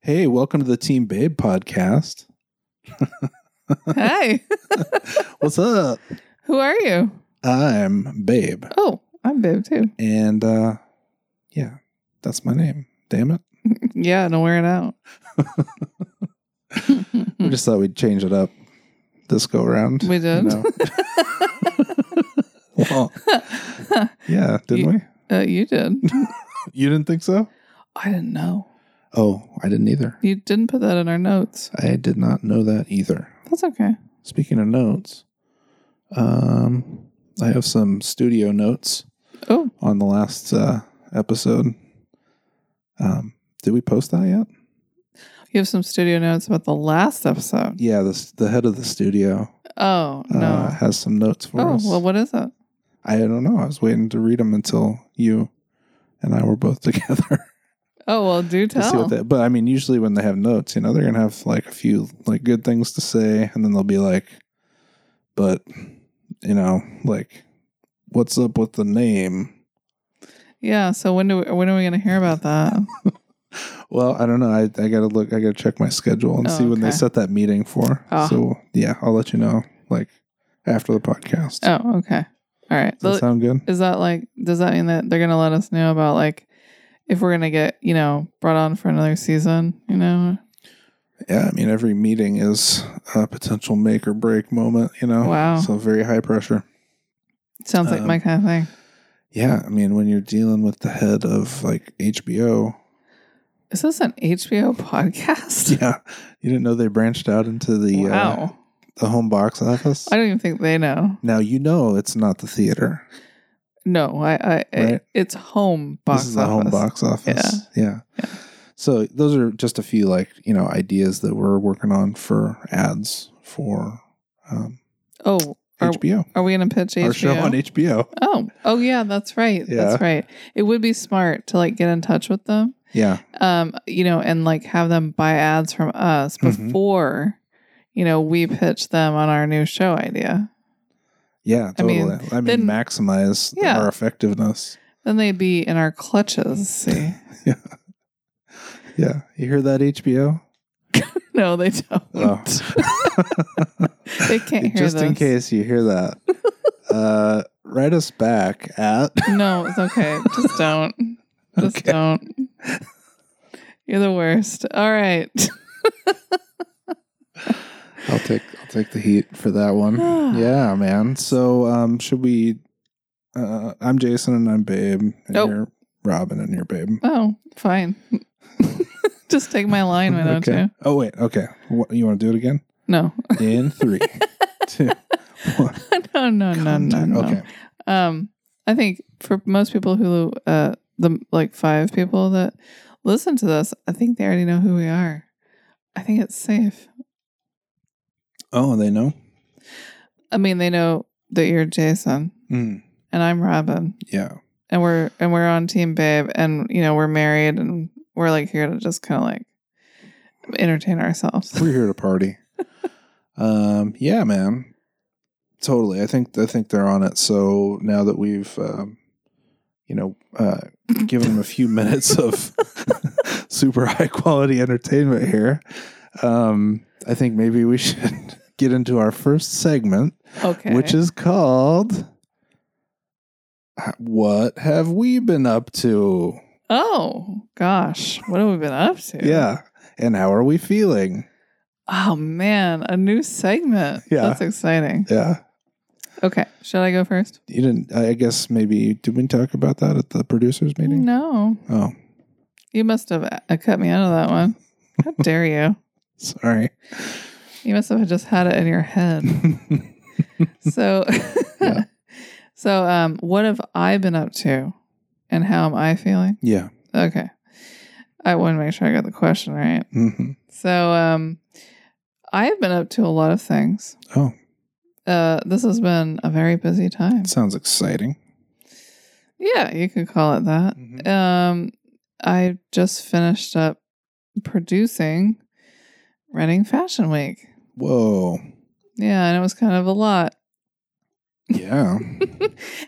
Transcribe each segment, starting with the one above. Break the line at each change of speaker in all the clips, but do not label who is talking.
Hey, welcome to the Team Babe podcast.
Hi.
What's up?
Who are you?
I'm Babe.
Oh, I'm Bib too.
And uh yeah, that's my name. Damn it.
Yeah, don't wear it out.
We
Hmm.
just thought we'd change it up this go around.
We did.
well, yeah, didn't we?
uh, you did.
You didn't think so?
I didn't know.
Oh, I didn't either.
You didn't put that in our notes.
I did not know that either.
That's okay.
Speaking of notes, um, I have some studio notes
Oh,
on the last uh, episode. Um, did we post that yet?
you have some studio notes about the last episode.
Yeah, this, the head of the studio
Oh,
uh,
no.
has some notes for
oh,
us.
well, what is it?
I don't know. I was waiting to read them until you and I were both together
Oh, well, do
to see
tell.
what that. But I mean, usually when they have notes, you know, they're gonna have like a few like good things to say, and then they'll be like, "But you know, like, what's up with the name?"
yeah, so when do we, when are we going to hear about that?
Well, I don't know. I, I gotta look. I gotta check my schedule and
Oh,
see when they
okay.
set that meeting for.
Ah.
So yeah, I'll let you know like after the podcast.
oh, okay. All right.
Does that sound good?
is that like does that mean that they're gonna let us know about like if we're gonna get you know brought on for another season you know
Yeah, I mean every meeting is a potential make or break moment. You know.
Wow.
Oh, So very high pressure.
sounds like my
Um,
kind of thing
Yeah, I mean when you're dealing with the head of like HBO.
is this an hbo podcast
Yeah, you didn't know they branched out into the uh,
wow
the home box office.
i don't even think they know
now you know it's not the theater.
no i i
Right.
it, it's home box
this is
office.
the home box office. Yeah.
Yeah.
So those are just a few like you know ideas that we're working on for ads for um,
oh are,
HBO.
are we gonna pitch hbo
Our show on HBO.
oh oh yeah that's right
Yeah.
that's right it would be smart to like get in touch with them
Yeah,
um, you know, and like have them buy ads from us
Mhm.
before, you know, we pitch them on our new show idea.
yeah,
I mean,
totally. I mean,
then-
maximize
Yeah.
our effectiveness.
Then they'd be in our clutches. See,
Yeah, you hear that HBO?
no, they don't.
Oh.
they can't hear
just in
this.
case you hear that, uh, write us back at
No, it's okay. Just don't. Just
Okay.
don't. You're the worst. All right.
I'll take I'll take the heat for that one. yeah, man. So um should we uh I'm Jason and I'm Babe and
Nope.
you're Robin and you're Babe.
Oh, fine. Just take my line, why don't
okay.
you?
Oh wait, okay. What, you want to do it again?
No,
In three, two, one.
no, no, no, no, no.
Okay.
um i think for most people who uh the like five people that listen to this i think they already know who we are i think it's safe
Oh, they know?
i mean they know that you're jason
Mm,
and i'm robin
yeah.
and we're and we're on team babe and you know we're married and we're like here to just kind of like entertain ourselves
We're here to party. um yeah, man. Totally. I think I think they're on it. So now that we've um you know, uh given them a few minutes of super high quality entertainment here. Um, I think maybe we should get into our first segment,
okay
which is called What Have We Been Up To?
oh gosh what have we been up to
Yeah. And how are we feeling?
oh man a new segment
Yeah.
that's exciting
Yeah.
okay should i go first
You didn't, I guess maybe, did we talk about that at the producers meeting?
no
Oh,
You must have uh, cut me out of that one. How dare you?
sorry.
You must have just had it in your head. So,
Yeah.
so um, what have I been up to, and how am I feeling?
yeah.
Okay, I want to make sure I got the question right.
hmm
So, um, I have been up to a lot of things.
Oh,
Uh, this has been a very busy time.
sounds exciting.
Yeah, you could call it that.
Mhm.
Um, I just finished up producing Reading Fashion Week.
Whoa.
Yeah, and it was kind of a lot.
Yeah.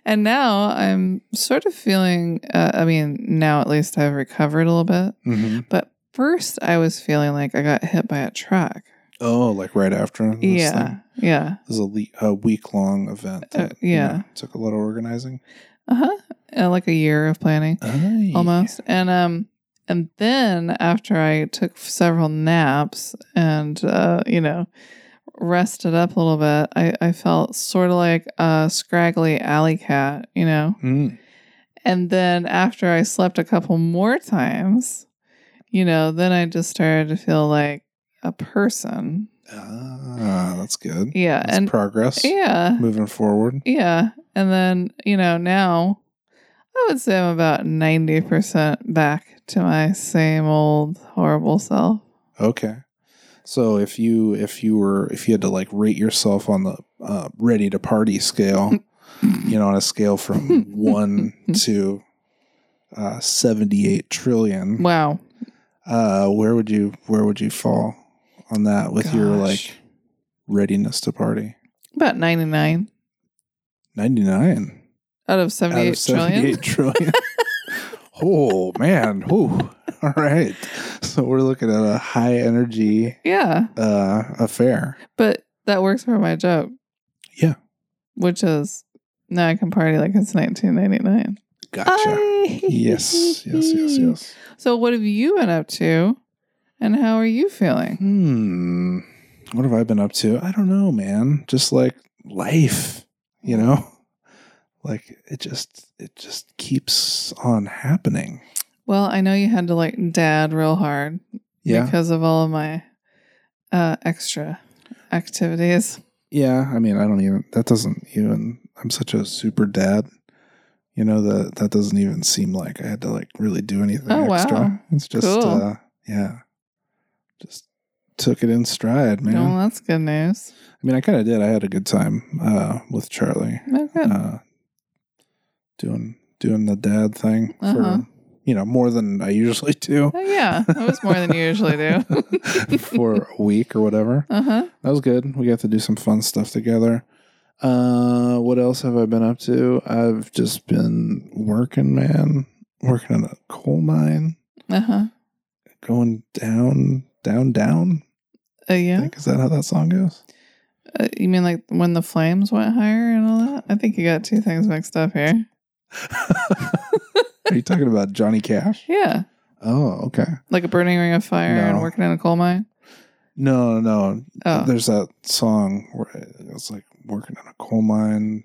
And now I'm sort of feeling, uh, I mean, now at least I've recovered a little bit,
hmm
but first I was feeling like I got hit by a truck.
Oh, like right after this
yeah.
thing?
Yeah.
It was a, le- a week long event.
Uh,
you
yeah.
know, took a lot of organizing.
Uh-huh. Uh, like a year of planning
Aye.
almost. And um and then after I took several naps and uh, you know, rested up a little bit, I, I felt sort of like a scraggly alley cat, you know.
Mm.
And then after I slept a couple more times, you know, then I just started to feel like a person.
Ah, that's good.
Yeah.
That's
and
progress.
yeah.
Moving forward.
Yeah. And then, you know, now I would say I'm about 90% back to my same old horrible self.
Okay. So if you if you were if you had to like rate yourself on the uh, ready to party scale, you know, on a scale from one to uh, seventy eight trillion,
Wow.
uh, where would you where would you fall on that with your
Gosh.
like readiness to party?
About 99
Ninety nine
out of
out of
78
seventy
trillion.
eight trillion. oh man! Whew. All right. So we're looking at a high energy
Yeah.
uh, affair.
But that works for my joke.
Yeah.
Which is now I can party like it's 1999.
Gotcha. Yes, yes, yes, yes.
So, what have you been up to and how are you feeling?
Hmm. What have I been up to? I don't know, man. Just like life, you know? Like it just it just keeps on happening.
Well, I know you had to like dad real hard
Yeah.
because of all of my uh, extra activities.
Yeah, I mean, I don't even that doesn't even I'm such a super dad. You know that that doesn't even seem like I had to like really do anything
Oh, wow.
extra. It's just
Cool.
uh yeah. Just took it in stride, man.
Well, that's good news.
I mean, I kind of did. I had a good time uh with Charlie.
Oh, good.
uh, doing doing the dad thing
Uh-huh.
for you know more than I usually do
oh, yeah, that was more than you usually do.
for a week or whatever.
Uh huh.
That was good. We got to do some fun stuff together. Uh, what else have I been up to? I've just been working, man. Working in a coal mine,
Uh huh.
going down, down, down.
Uh,
I
yeah.
think is that how that song goes?
Uh, you mean like when the flames went higher and all that? I think you got two things mixed up here.
Are you talking about Johnny Cash?
Yeah.
Oh, okay.
Like a burning ring of fire and
No.
working in a coal mine.
No, no,
Oh.
There's that song where it's like working in a coal mine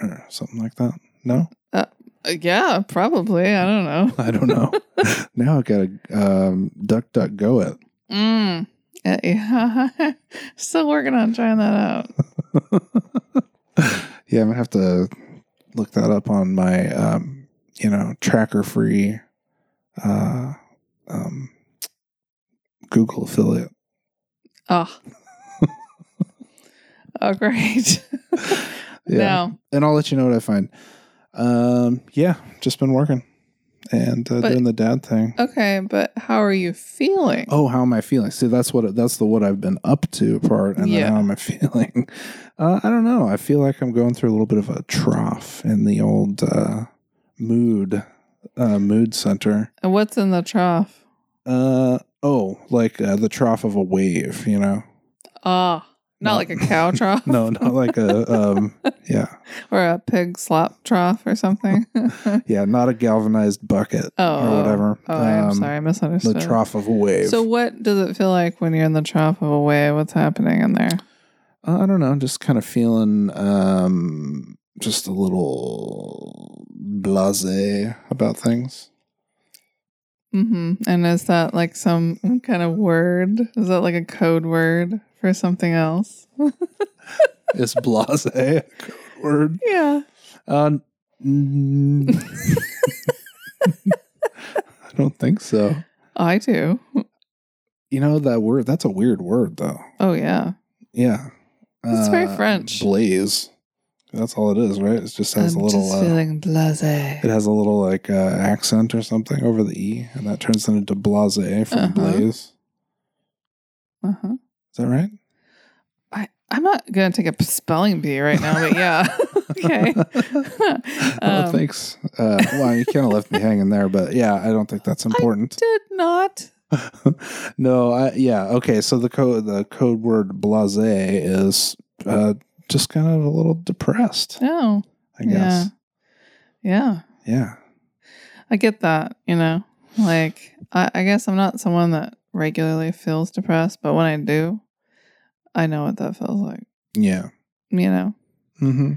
or something like that. No,
Uh, yeah, probably. I don't know.
I don't know. now I got to um, duck, duck, go it.
Mm. Uh, yeah. Still working on trying that out.
yeah, I'm gonna have to look that up on my, um, you know, tracker free uh, um, Google affiliate.
Oh. oh, great.
Yeah,
No,
and I'll let you know what I find. Um, yeah, just been working and uh,
But-
doing the dad thing.
Okay, but how are you feeling?
oh how am i feeling see that's what that's the what i've been up to part and
Yeah.
then how am i feeling uh, i don't know i feel like i'm going through a little bit of a trough in the old uh, mood uh, mood center
And what's in the trough?
uh, oh like uh, the trough of a wave you know
Ah, not
No.
like a cow trough
no not like a um, yeah
or a pig slop trough or something. oh,
yeah not a galvanized bucket or whatever
Oh, I'm
Um,
sorry, I misunderstood.
the trough of a wave
So, what does it feel like when you're in the trough of a wave? What's happening in there?
Uh, I don't know. Just kind of feeling um, just a little blasé about things.
hmm And is that like some kind of word? Is that like a code word for something else?
Is blasé a code word?
Yeah.
Uh, mm, I don't think so.
I do.
You know that word? That's a weird word, though.
Oh, yeah.
Yeah, Uh,
It's very French.
Blaze. That's all it is, right? It just has a little. uh,
feeling blase.
it has a little like uh, accent or something over the e, and that turns it into blasé from
Uh-huh.
blaze.
Uh huh.
Is that right?
I, I'm not going to take a spelling bee right now, but yeah. okay.
oh,
Um,
thanks. Uh, well, you kind of left me hanging there, but yeah, I don't think that's important.
Did not.
no, I yeah, okay. So the code the code word blase is uh, just kind of a little depressed,
Oh,
I guess.
yeah.
Yeah.
I get that, you know. Like I, I guess I'm not someone that regularly feels depressed, but when I do, I know what that feels like,
Yeah.
you know.
hmm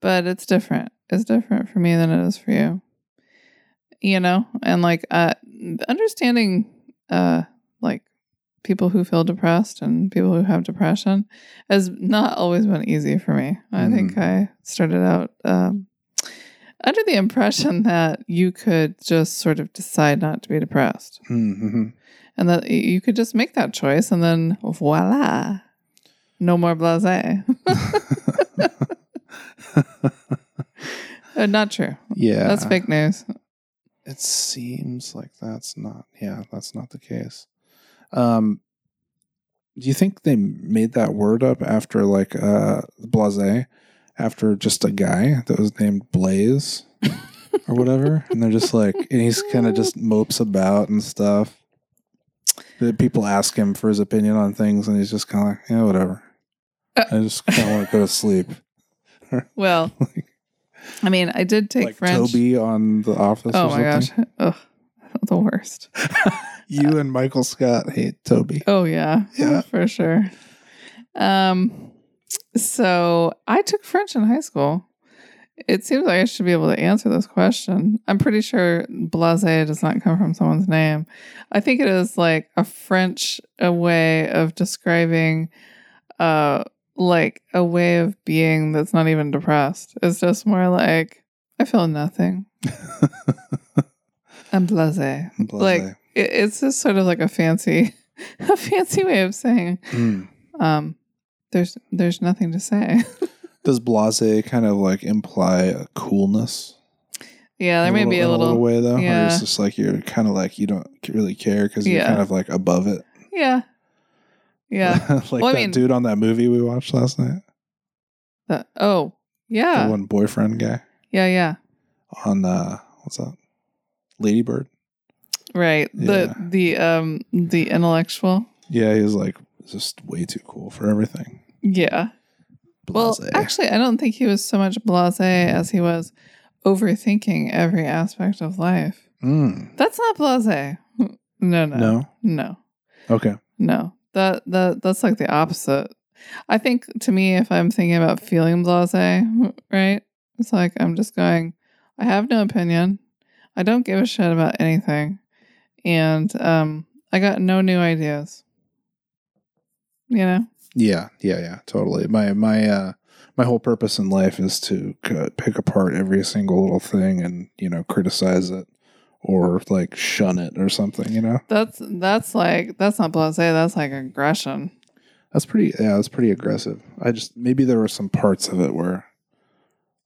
But it's different. It's different for me than it is for you. You know, and like uh understanding uh like people who feel depressed and people who have depression has not always been easy for me. I think
Mhm.
I started out um under the impression that you could just sort of decide not to be depressed.
hmm
and that y- you could just make that choice and then voila no more blasé Uh, not true
yeah.
that's fake news
It seems like that's not yeah, that's not the case. Um do you think they made that word up after like uh blase after just a guy that was named Blaze or whatever and they're just like and he's kind of just mopes about and stuff. That people ask him for his opinion on things and he's just kind of like, yeah, whatever.
Uh.
I just kind of want to go to sleep.
well i mean i did take
like
french
Toby on The Office.
oh
or
my
something.
gosh Ugh, the worst
You and Michael Scott hate Toby.
oh yeah
Yeah.
for sure um so i took french in high school it seems like i should be able to answer this question i'm pretty sure blasé does not come from someone's name I think it is like a French a way of describing uh like a way of being that's not even depressed. It's just more like I feel nothing. I'm blasé.
Blase.
Like it, it's just sort of like a fancy a fancy way of saying
Mm.
um there's there's nothing to say.
Does blase kind of like imply a coolness?
yeah, there
in
may be
in
a little,
way though. Or
yeah.
it's just like you're kind of like you don't really care because you're
Yeah.
kind of like above it.
Yeah. Yeah.
like
Well, I
that
mean-
dude on that movie we watched last night,
The- oh. Yeah.
the one boyfriend guy
Yeah, yeah.
on uh, what's that, Ladybird?
Right.
Yeah.
The the um the intellectual.
Yeah, he was like just way too cool for everything.
Yeah.
Blase.
Well, actually, I don't think he was so much blase as he was overthinking every aspect of life.
Mm.
That's not blase. No, no, no,
no,
no,
okay,
no. That that that's like the opposite. I think to me, if I'm thinking about feeling blase, right, it's like I'm just going. I have no opinion. I don't give a shit about anything, and um, I got no new ideas. You know.
yeah, yeah, yeah, totally. My my uh, my whole purpose in life is to c- pick apart every single little thing and you know criticize it or like shun it or something you know
That's that's like that's not blase. That's like aggression.
that's pretty yeah that's pretty aggressive i just maybe there were some parts of it where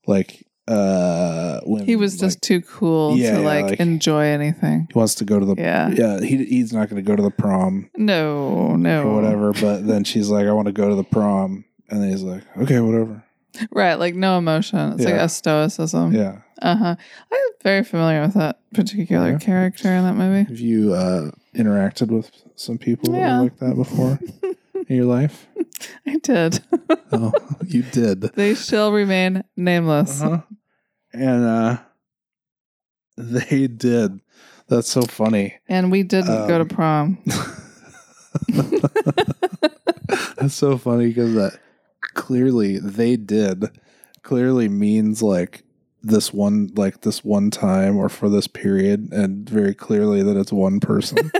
like uh when
He was just
like,
too cool
Yeah,
to
yeah,
like,
like-
enjoy anything.
he wants to go to the
Yeah.
yeah he, he's not going to go to the prom
No, no.
or whatever but then she's like i want to go to the prom and then he's like okay whatever
Right, like no emotion. It's like
Yeah.
a stoicism.
yeah
Uh huh. I'm very familiar with that particular
Yeah.
character in that movie.
have you uh interacted with some people that were
Yeah.
like that before in your life
I did.
oh you did
they shall remain nameless.
Uh-huh. And uh they did. That's so funny.
And we didn't go to
Um,
prom.
That's so funny because that clearly they did clearly means like this one like this one time or for this period and very clearly that it's one person.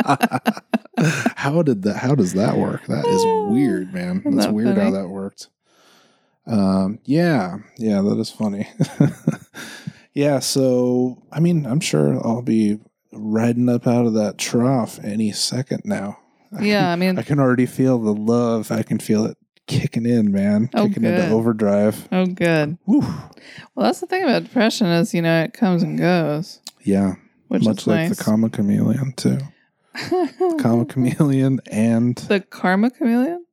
how did that how does that work? That is weird, man.
Isn't
That's
that
weird how
funny?
that worked. Um yeah, yeah, that is funny. yeah, so I mean, I'm sure I'll be riding up out of that trough any second now.
Yeah, I mean,
I can already feel the love. I can feel it kicking in, man.
Oh,
kicking into
good.
overdrive.
oh, good.
Woo.
Well, that's the thing about depression is you know it comes and goes,
Yeah.
which
Much
is
like
nice.
the Kama Chameleon too. Kama Chameleon and
The karma chameleon?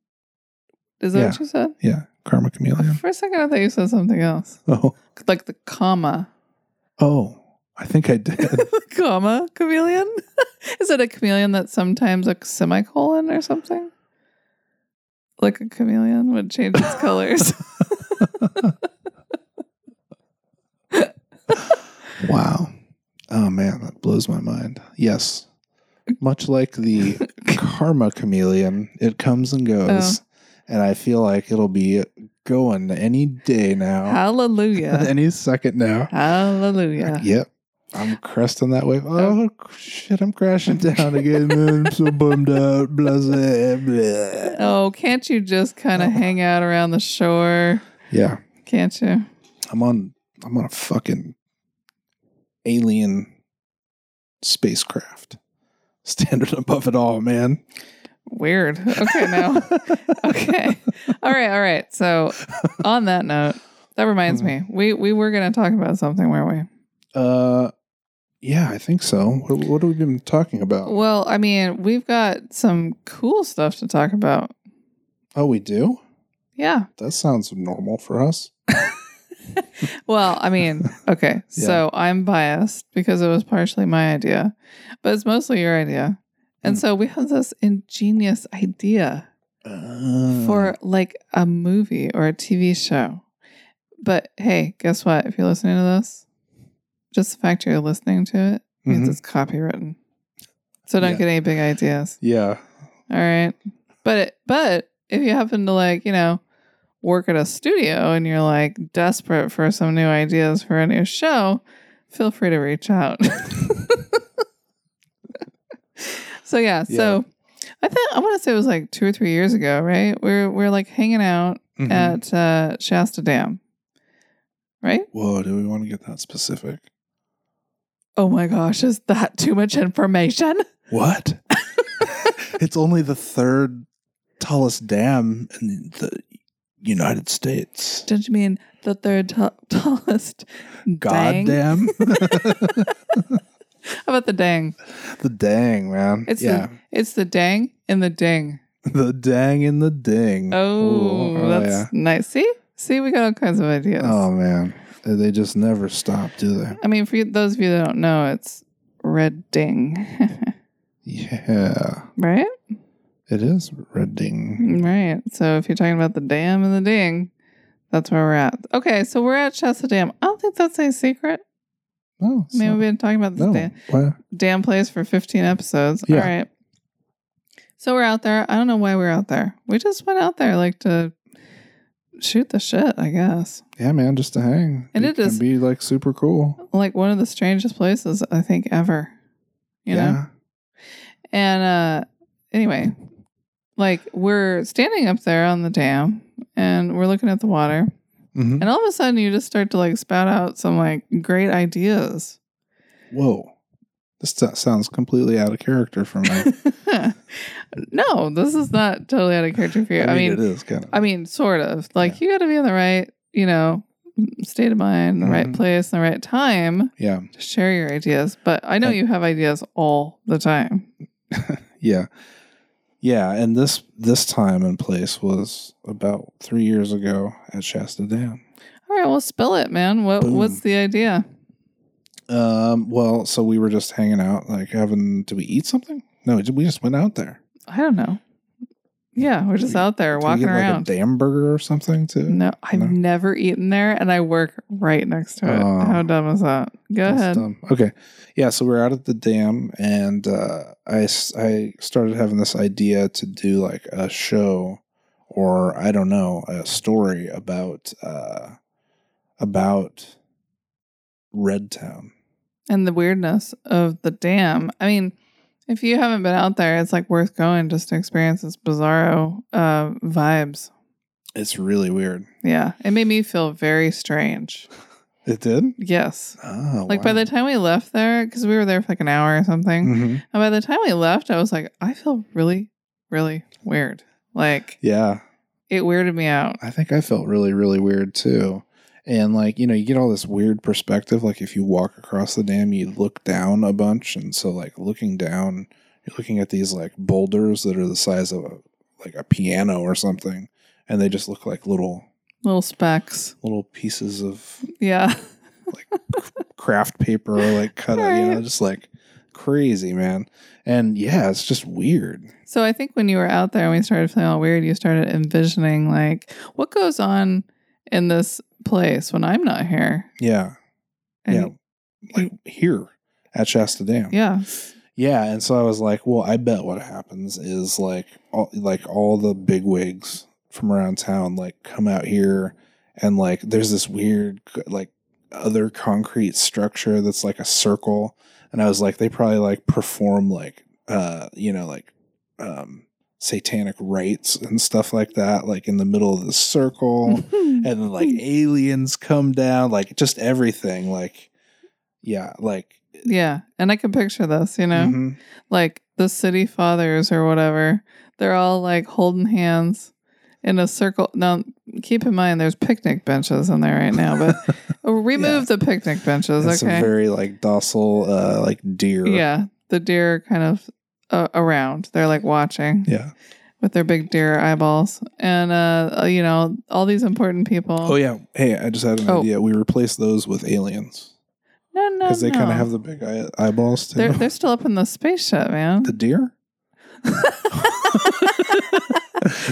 Is that
Yeah.
what you said?
yeah, Karma Chameleon.
For a second, I thought you said something else,
Oh.
like the comma,
Oh. I think I did.
comma chameleon. Is it a chameleon that's sometimes a semicolon or something? Like a chameleon would change its colors.
Wow. Oh man, that blows my mind. Yes. Much like the karma chameleon, it comes and goes. And I feel like it'll be going any day now.
Hallelujah.
any second now.
Hallelujah.
Yep. I'm cresting that wave. Oh, shit, I'm crashing down again, man. I'm so bummed out. Blase. Blah.
Oh, can't you just kind of hang out around the shore?
Yeah.
Can't you?
I'm on I'm on a fucking alien spacecraft. Standard above it all, man.
Weird. Okay, now. okay. All right, all right. So, on that note, that reminds me. We we were going to talk about something, weren't we?
Uh, yeah, I think so. What, what have we been talking about?
Well, I mean, we've got some cool stuff to talk about.
Oh, we do.
Yeah.
That sounds normal for us.
Well, I mean, okay. So I'm biased because it was partially my idea, but it's mostly your idea. And
Mm.
so we have this ingenious idea
Uh,
for like a movie or a TV show. But hey, guess what? If you're listening to this, just the fact you're listening to it means
Mhm.
it's copywritten. So don't
Yeah.
get any big ideas.
yeah,
All right. But it, but if you happen to like, you know, work at a studio and you're like desperate for some new ideas for a new show, feel free to reach out. so yeah, so I think I want to say it was like 2 or 3 years ago, right? We're we're like hanging out
Mhm.
at uh Shasta Dam. Right?
Whoa, do we want to get that specific?
Oh my gosh, is that too much information?
What? it's only the third tallest dam in the United States.
Don't you mean the third ta- tallest? dang?
Goddamn,
How about the dang?
the dang man.
It's
yeah,
It's the dang and the ding.
the dang in the ding.
Oh,
Ooh, oh,
that's
yeah.
nice. See, see, we got all kinds of ideas.
Oh man, they just never stop, do they?
I mean, for you, those of you that don't know, it's red ding,
Yeah.
right?
It is Redding.
Right. So if you're talking about the dam and the ding, that's where we're at. Okay, so we're at Shasta Dam. I don't think that's any secret.
Oh,
I mean, we've been talking about this
no.
dam.
Why-
damn place for 15 episodes.
Yeah.
All right. So we're out there. I don't know why we're out there. We just went out there like to shoot the shit, I guess.
Yeah, man, just to hang.
And it
can
is-
be like super cool.
like one of the strangest places I think ever. You know?
yeah.
And uh anyway, like we're standing up there on the dam and we're looking at the water
Mhm.
and all of a sudden you just start to like spout out some like great ideas.
Whoa. This so- sounds completely out of character for me.
no, this is not totally out of character for you. I mean
it is kind of.
I mean sort of. Like you gotta be in the right, you know, state of mind, the right
Mhm.
place, the right time
yeah,
to share your ideas. But I know
And-
you have ideas all the time.
yeah, yeah. And this this time and place was about three years ago at Shasta Dam.
All right, well, spill it, man. What
Boom.
what's the idea?
Um. Well, so we were just hanging out, like having. Did we eat something? No, we just went out there.
I don't know. Yeah, we're just
Do we-
out there
Did we
walking
get, like,
around.
a dam burger or something too.
no, I've
No.
never eaten there, and I work right next to it.
Oh.
How dumb is that? Go
That's
ahead.
dumb. Okay. Yeah. So we're out at the dam, and uh, I s- I started having this idea to do like a show, or I don't know, a story about uh, about Red Town.
And the weirdness of the dam. I mean, if you haven't been out there, it's like worth going just to experience this bizarro uh, vibes.
It's really weird.
Yeah, it made me feel very strange.
It did.
Yes.
Oh,
Like by the time we left there, because we were there for like an hour or something,
hmm
And by the time we left, I was like, I feel really, really weird. Like
Yeah,
it weirded me out.
I think I felt really really weird too. And like you know, you get all this weird perspective. Like if you walk across the dam, you look down a bunch, and so like looking down, you're looking at these like boulders that are the size of a like a piano or something, and they just look like little
Little specks.
little pieces of
Yeah.
craft paper, like cut out, you know,
Right.
just like crazy, man. And yeah, it's just weird.
So I think when you were out there and we started feeling all weird, you started envisioning like what goes on in this place when I'm not here.
Yeah.
And
yeah. Like here at Shasta Dam.
yeah.
Yeah, and so I was like, well, I bet what happens is like all like all the bigwigs from around town like come out here and like there's this weird like other concrete structure that's like a circle and I was like they probably like perform like uh you know like um satanic rites and stuff like that like in the middle of the circle and then like aliens come down like just everything like yeah like
yeah. And I can picture this, you know,
mhm.
like the city fathers or whatever. They're all like holding hands in a circle. Now, keep in mind there's picnic benches in there right now, but Oh, remove the picnic benches.
It's
okay.
a very like docile, uh, like deer.
yeah. The deer are kind of uh, around. They're like watching.
Yeah.
with their big deer eyeballs and uh you know all these important people
Oh yeah. Hey, I just had an
Oh.
idea. We replace those with aliens
no no
because they kind
no.
of have the big eye- eyeballs too.
they're, they're still up in the spaceship man
the deer.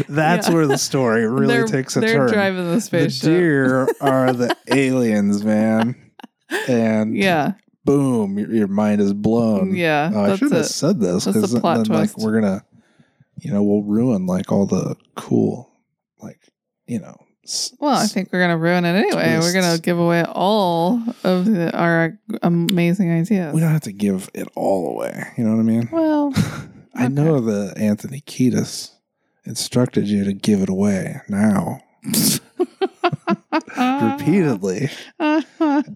That's
Yeah.
where the story really
they're,
takes a
they're
turn.
driving the
the
spaceship
deer are the aliens, man. And
yeah
boom, your, your mind is blown.
yeah
Oh, I should have
that's it
said this
That's the
because then,
plot
like
twist.
we're gonna, you know, we'll ruin like all the cool, like you know. s-
well i
s-
think we're gonna ruin it anyway
Twists.
we're gonna give away all of the, our uh, amazing ideas
we don't have to give it all away. You know what I mean?
well
I know that Anthony Kiedis instructed you to give it away now repeatedly,
Uh,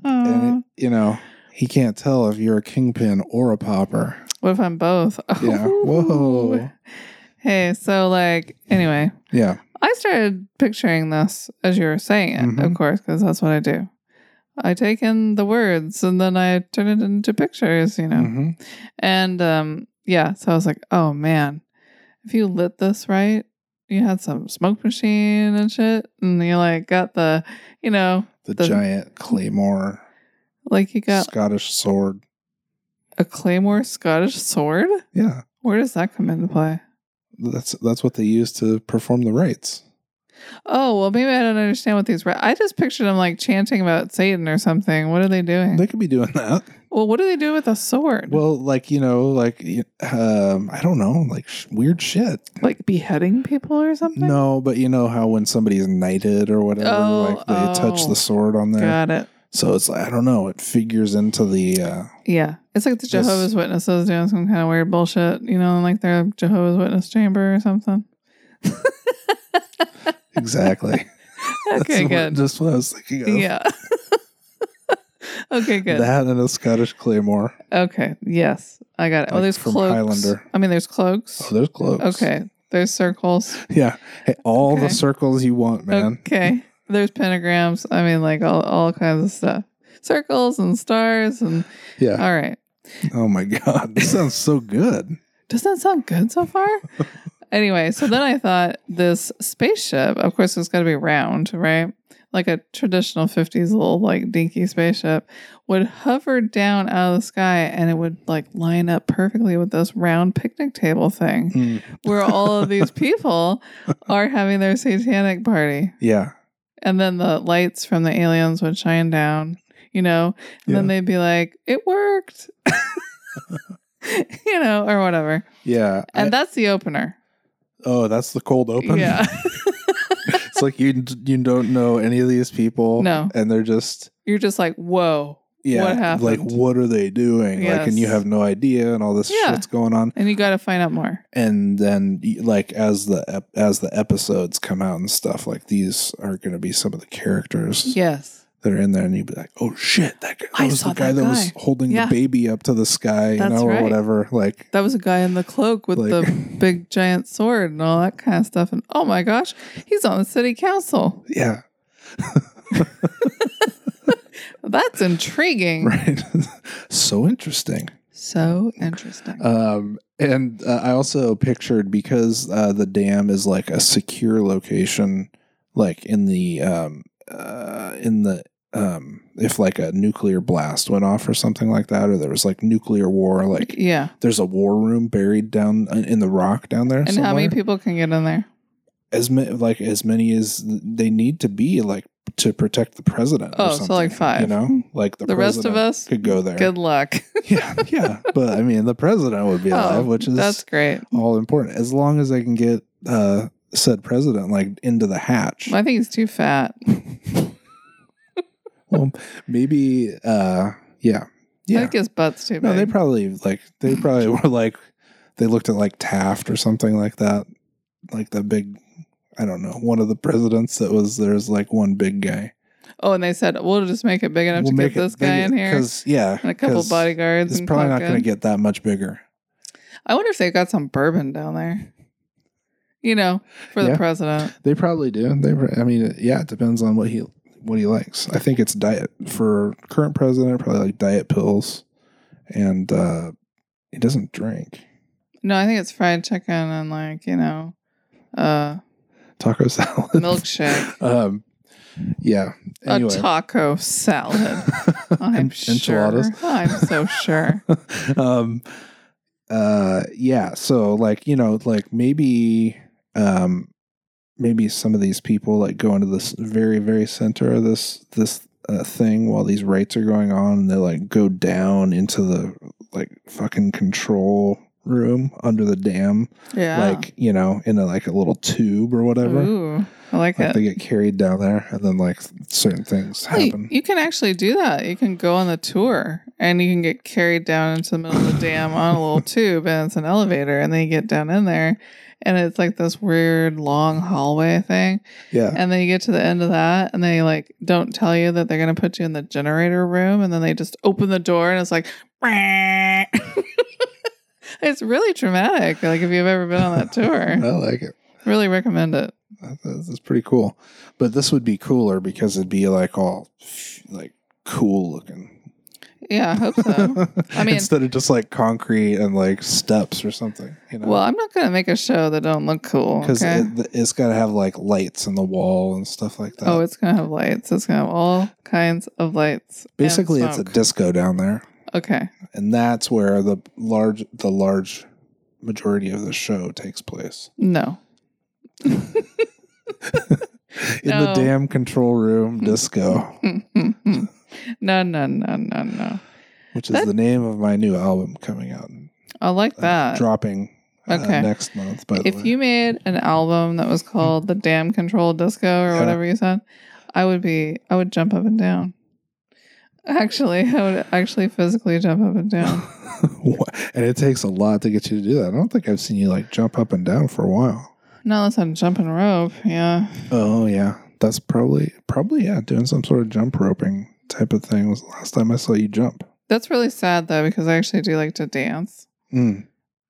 and it, you know he can't tell if you're a kingpin or a popper.
what if i'm both
Yeah. Whoa.
hey so like anyway
Yeah.
I started picturing this as you were saying it, of
Mhm.
course, because that's what I do. I take in the words and then I turn it into pictures, you know.
hmm
And um, yeah, so I was like, oh man, if you lit this right, you had some smoke machine and shit, and you like got the, you know,
The,
The-
giant claymore,
like you got
Scottish sword.
a claymore Scottish sword.
Yeah,
Where does that come into play?
that's that's what they use to perform the rites.
Oh well, maybe I don't understand what these. Ra- I just pictured them like chanting about Satan or something. What are they doing?
They could be doing that.
Well, what do they do with a sword?
Well, like you know, like y- um, I don't know, like sh- weird shit.
like beheading people or something?
No, but you know how when somebody's knighted or whatever,
Oh,
like they touch
oh.
the sword on there.
Got it.
So it's like I don't know. It figures into the uh,
Yeah. It's like the
Yes.
Jehovah's Witnesses doing some kind of weird bullshit, you know, in like their Jehovah's Witness chamber or something.
exactly. That's
Okay,
what-
good.
just what I was thinking of.
Yeah. okay, good.
That and a Scottish claymore.
okay. Yes. I got it. oh,
Like
there's
from
cloaks.
Highlander.
I mean, there's cloaks.
Oh, there's close.
okay. There's circles.
Yeah. Hey, all
Okay.
the circles you want, man.
Okay. There's pentagrams. I mean, like all, all kinds of stuff. Circles and stars and
Yeah.
all right.
Oh my god, this sounds so good.
does that sound good so far? anyway, so then I thought this spaceship, of course, it's got to be round, right? Like a traditional 50s little, like dinky spaceship, would hover down out of the sky and it would like line up perfectly with this round picnic table thing
Mm,
where all of these people are having their satanic party.
Yeah.
And then the lights from the aliens would shine down, you know, and then
Yeah.
they'd be like, it worked, you know, or whatever.
Yeah.
And
I-
that's the opener.
oh, that's the cold open.
Yeah.
it's like you you don't know any of these people.
No.
And they're just
You're just like, whoa.
yeah,
What happened?
like what are they doing? Like, and you
Yes.
have no idea, and all this
Yeah.
shit's going on.
And you got to find out more.
And then, y- like as the ep- as the episodes come out and stuff, like these are going to be some of the characters
Yes.
that are in there, and you'd be like, "Oh shit, that guy! That
I
was
saw
the guy
that
that, was
guy."
holding
Yeah.
the baby up to the sky, you
That's
know,
right.
or whatever." Like,
That was a guy in the cloak with
Like-
the big giant sword and all that kind of stuff. And oh my gosh, he's on the city council.
yeah,
That's intriguing.
right. so interesting.
So interesting.
Um, and uh, I also pictured because uh, the dam is like a secure location, like in the um, uh, in the um, if like a nuclear blast went off or something like that, or there was like nuclear war, like
yeah.
there's a war room buried down uh, in the rock down there.
And
somewhere.
how many people can get in there?
As many, like as many as they need to be, like to protect the president.
Oh,
or
so,
something,
like, five.
You know, like the,
The rest of
president
us.
could go there.
Good luck.
yeah, yeah. But I mean, the president would be alive,
Oh,
which is
that's great.
all important. As long as they can get uh, said president like into the hatch.
I think he's too fat.
well, maybe, uh, yeah,
I
yeah.
think his butt's too big.
No, they probably like they probably were like they looked at like Taft or something like that, like the big. I don't know. One of the presidents that was there's like one big guy.
oh, and they said we'll just make it big enough to get this guy in here
because yeah,
and a couple
'cause
bodyguards.
It's
and
probably
clock
not going to
in.
get that much bigger.
I wonder if they've got some bourbon down there. You know, for the
Yeah.
president.
They probably do. They, pro- I mean, yeah, it depends on what he what he likes. I think it's diet for current president. Probably like diet pills, and uh he doesn't drink
No, I think it's fried chicken and like you know, uh,
taco salad,
milkshake,
um, yeah. Anyway,
a taco salad. I'm
En-
sure. I'm so sure.
um uh yeah so like you know like maybe um maybe some of these people like go into this very very center of this this uh, thing while these rates are going on and they like go down into the like fucking control room under the dam
Yeah.
like you know in a like a little tube or whatever
Ooh, I like,
like
it.
they get carried down there and then like certain things
Well, you-
happen
You can actually do that. You can go on the tour and you can get carried down into the middle of the dam on a little tube and it's an elevator and then you get down in there and it's like this weird long hallway thing.
yeah
And then you get to the end of that and they like don't tell you that they're gonna put you in the generator room and then they just open the door and it's like it's really traumatic. Like if you've ever been on that
i
tour.
like it
Really recommend it.
Uh, That- That's, that's pretty cool. But this would be cooler because it'd be like all like cool looking.
Yeah, I hope so. I mean-
instead of just like concrete and like steps or something, you know,
Well, I'm not gonna make a show that don't look cool.
because
okay?
it, it's got to have like lights in the wall and stuff like that.
Oh, it's gonna have lights. It's gonna have all kinds of lights. and
basically it's a
smoke.
disco down there,
okay.
and that's where the large the large majority of the show takes place
No,
in the
No.
damn control room
Hmm.
disco,
no, Mm, no, no, no, no.
which is
That-
the name of my new album coming out and
I like
uh,
that.
dropping uh,
Okay.
next month. By the way,
if you made an album that was called "The Damn Control Disco" or
Yeah.
whatever you said, I would be. I would jump up and down. Actually, I would actually physically jump up and down.
Wha- and it takes a lot to get you to do that. I don't think I've seen you like jump up and down for a while.
Not unless I'm jumping rope. Yeah.
Oh yeah, that's probably probably yeah, doing some sort of jump roping type of thing was the last time I saw you jump.
That's really sad though, because I actually do like to dance.
Mm.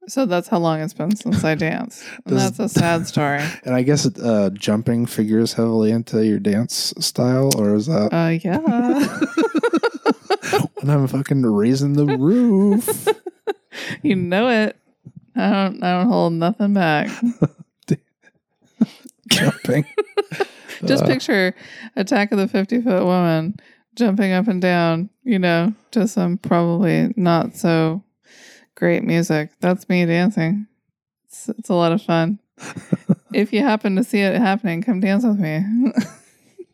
So that's how long it's been since I danced. And
Does-
that's a sad story.
And I guess uh, jumping figures heavily into your dance style, or is that
Uh, yeah.
when I'm fucking raising the roof?
you know it. I don't. I don't hold nothing back.
jumping.
Just
Uh,
picture Attack of the Fifty Foot Woman jumping up and down. You know, to some probably not so great music. That's me dancing. It's, it's a lot of fun. if you happen to see it happening, come dance with me.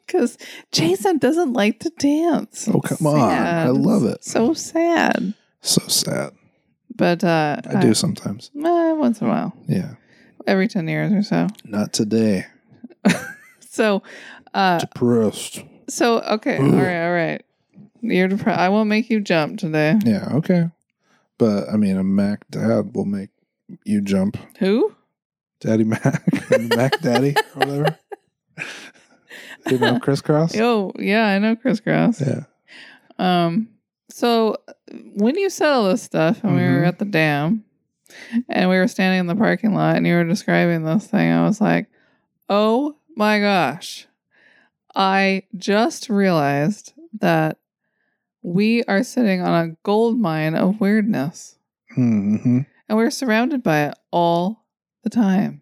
Because Jason doesn't like to dance.
Oh, come on. I love it.
So sad.
so sad.
But uh,
I do sometimes.
uh, once in a while,
Yeah.
every ten years or so.
Not today.
So, uh,
Depressed.
so okay, all right, all right. You're depressed. I won't make you jump today.
Yeah, okay. But I mean, a Mac dad will make you jump.
Who?
Daddy Mac, Mac Daddy, or whatever. you know, crisscross.
Oh, yeah, I know crisscross.
Yeah.
Um, so when you sell this stuff, and we were
Mhm.
at the dam, and we were standing in the parking lot, and you were describing this thing, I was like, oh my gosh, I just realized that we are sitting on a gold mine of weirdness.
Mm-hmm.
and we're surrounded by it all the time.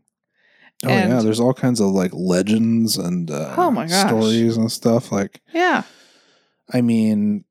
Oh
And-
yeah, there's all kinds of like legends and uh,
Oh, my gosh.
stories and stuff. Like
Yeah,
I mean,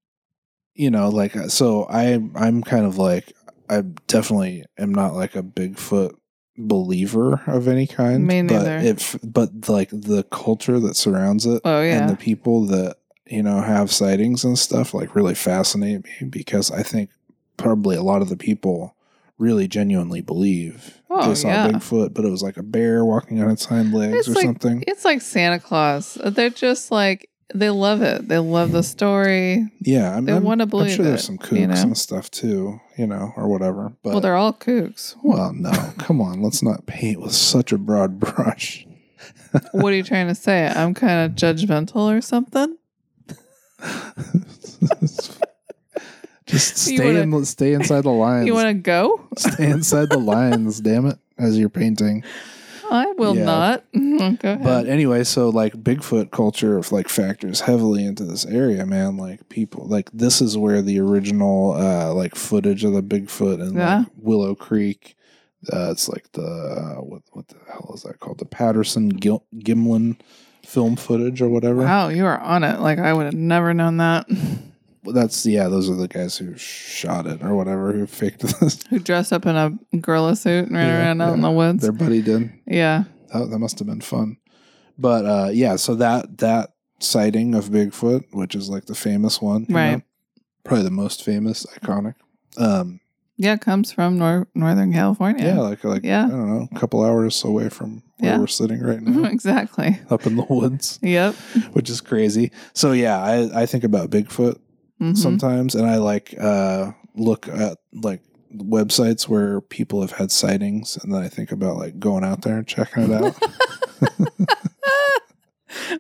you know, like uh, so I I'm kind of like I definitely am not like a Bigfoot believer of any kind.
Me
But
neither.
if but like the culture that surrounds it
Oh yeah.
and the people that you know have sightings and stuff like really fascinate me because I think probably a lot of the people really genuinely believe
Oh,
they saw
yeah.
Bigfoot, but it was like a bear walking on its hind legs
It's
or
like-
something.
it's like Santa Claus. They're just like they love it. They love the story.
Yeah, I'm,
They
I'm,
wanna
I'm
believe
sure
it,
there's some kooks
you know?
and stuff too, you know, or whatever. But
well, they're all kooks.
well, no, come on, let's not paint with such a broad brush.
what are you trying to say? I'm kind of judgmental or something?
Just
You
stay in, stay inside the lines.
You want to go?
stay inside the lines, damn it, as you're painting.
I will
Yeah.
not. go ahead.
But anyway, so like Bigfoot culture of like factors heavily into this area, man. Like people, like this is where the original uh like footage of the Bigfoot and
Yeah.
like Willow Creek. Uh, it's like the uh, what what the hell is that called? The Patterson Gil- Gimlin film footage or whatever.
wow, you are on it. Like I would have never known that.
Well, That's yeah, those are the guys who shot it or whatever who faked this.
Who dressed up in a gorilla suit and ran
Yeah,
around out in
yeah.
the woods?
Their buddy did.
yeah.
that, that must have been fun but uh yeah so that that sighting of bigfoot which is like the famous one you
Right.
know, probably the most famous iconic um
Yeah, it comes from nor- Northern California.
yeah, like like
Yeah.
i don't know a couple hours away from where
Yeah.
we're sitting right now
exactly.
up in the woods
Yep.
which is crazy so yeah i i think about bigfoot
Mhm.
sometimes and i like uh look at like websites where people have had sightings and then i think about like going out there and checking it out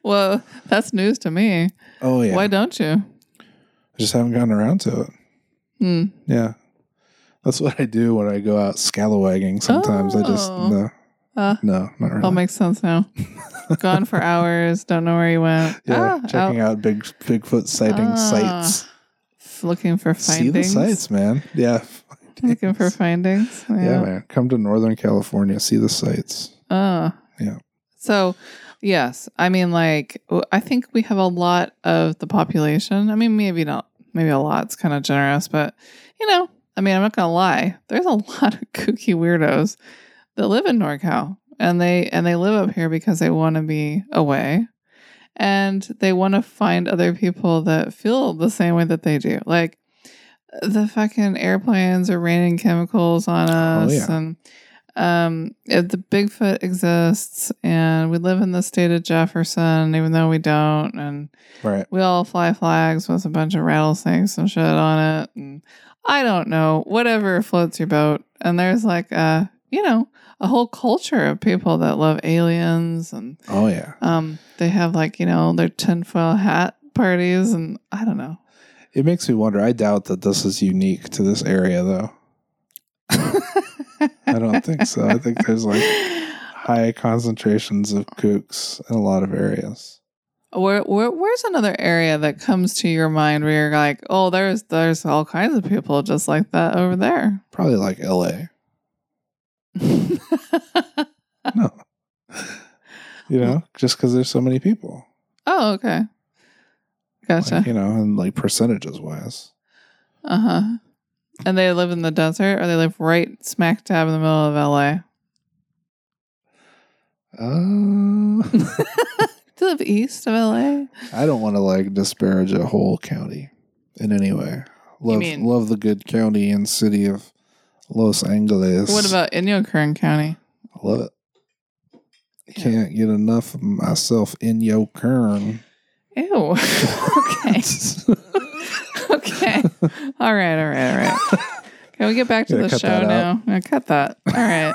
Well, that's news to me.
oh yeah
Why don't you?
i just haven't gotten around to it
Hmm.
Yeah. That's what I do when I go out scalawagging sometimes. I just,
Oh.
no,
Uh,
no, not
all
really.
makes sense now. Gone for hours. Don't know where he went.
yeah,
Ah,
checking
out-
out big Bigfoot sighting
Ah,
sites.
f- Looking for
See the
findings.
sites, man. Yeah.
Looking for findings.
Yeah, man. Come to Northern California, see the sites.
Oh.
Yeah.
So, yes, I mean, like, w- I think we have a lot of the population. I mean, maybe not, maybe a lot's kind of generous, but you know, I mean, I'm not gonna lie. There's a lot of kooky weirdos that live in NorCal, and they and they live up here because they want to be away, and they want to find other people that feel the same way that they do. Like the fucking airplanes are raining chemicals on us,
yeah.
and um, if the Bigfoot exists, and we live in the state of Jefferson, even though we don't, and
Right.
we all fly flags with a bunch of rattlesnakes and shit on it, and I don't know, whatever floats your boat. And there's like a, you know, a whole culture of people that love aliens, and
Oh, yeah.
um, they have like you know their tinfoil hat parties, and I don't know.
It makes me wonder. I doubt that this is unique to this area, though. I don't think so. I think there's like high concentrations of kooks in a lot of areas.
Where, where where's another area that comes to your mind where you're like, oh, there's there's all kinds of people just like that over there.
Probably like LA. No. You know, just because there's so many people,
oh, okay,
like,
gotcha.
you know, and like percentages wise.
uh huh. And they live in the desert, or they live right smack dab in the middle of L.A.
Uh,
Do they live east of L.A.?
I don't want to like disparage a whole county in any way. Love,
mean-
love the good county and city of Los Angeles.
What about Inyo Kern County?
Love it. Can't get enough of myself in your kern.
Ew. okay. okay. All right. All right. All right. Can we get back to
Yeah,
the
cut
show
that
now?
out.
Yeah, cut that. All right.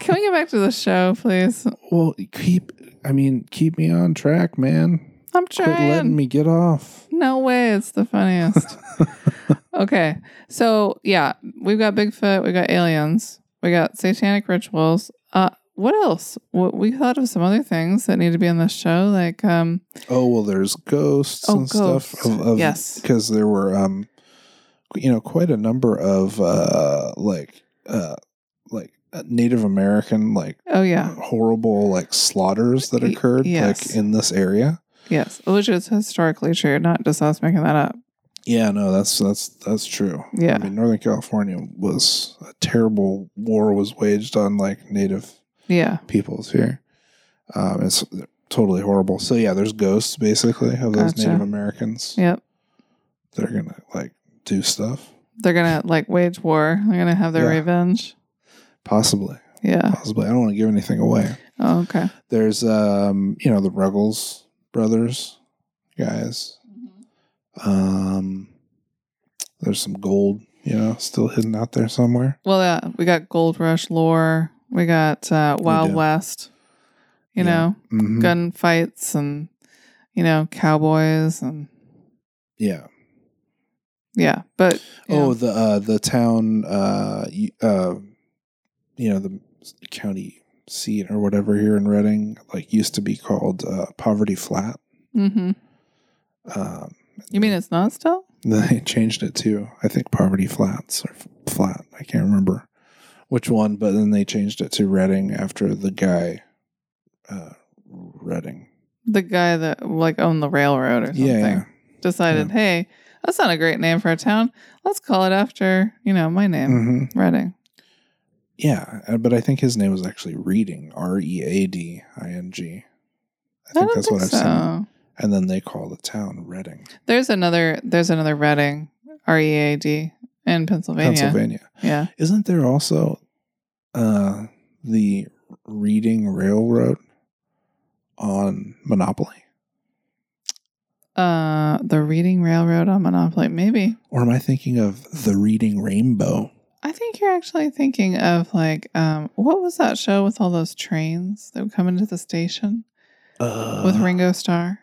Can we get back to the show, please?
well, keep. I mean, keep me on track, man.
I'm
Quit letting
trying.
me get off.
No way. It's the funniest. okay. So, yeah, we've got Bigfoot. We've got aliens. We got satanic rituals. Uh, what else? What, we thought of some other things that need to be on this show, like um,
Oh well, there's ghosts
oh,
and
ghosts.
stuff. Of, of,
yes,
because there were, um, you know, quite a number of uh, like, uh, like uh, Native American like
oh yeah,
horrible like slaughters that
Y-
occurred
yes.
like in this area.
Yes, which is historically true, not just us making that up.
Yeah, no, that's that's that's true.
Yeah.
I mean, Northern California was a terrible war was waged on like native
Yeah.
peoples here. Um, it's totally horrible. So yeah, there's ghosts basically of those
Gotcha.
Native Americans
Yep.
that are gonna like do stuff.
They're gonna like wage war. They're gonna have their
Yeah.
revenge.
Possibly,
Yeah.
possibly. I don't want to give anything away.
Oh, okay.
There's um, you know, the Ruggles brothers guys. Um, there's some gold, you know, still hidden out there somewhere.
Well, yeah, we got Gold Rush lore. We got uh, Wild
do.
West. You
Yeah.
know,
Mhm.
gunfights and you know cowboys and
Yeah.
yeah. But
Oh,
you know,
the uh, the town, uh, y- uh, you know, the county seat or whatever here in Reading, like used to be called uh, Poverty Flat.
mhm.
Um,
you mean it's not still?
then they changed it to I think Poverty Flats or F- Flat. I can't remember which one, but then they changed it to Reading after the guy, uh, Reading.
The guy that like owned the railroad or something
Yeah, yeah.
decided, hey, that's not a great name for a town. Let's call it after you know my name,
hmm
Reading.
yeah. uh, But I think his name was actually Reading, R E A D I N G. I
I
think
don't
that's
think
what
so.
I've seen. and then they call the town Reading,
There's another. There's another Reading, R E A D, in Pennsylvania.
Pennsylvania.
Yeah.
Isn't there also uh, the Reading Railroad on Monopoly?
Uh, the Reading Railroad on Monopoly. Maybe.
Or am I thinking of the Reading Rainbow?
I think you're actually thinking of like, um, what was that show with all those trains that would come into the station
Uh,
with Ringo Starr?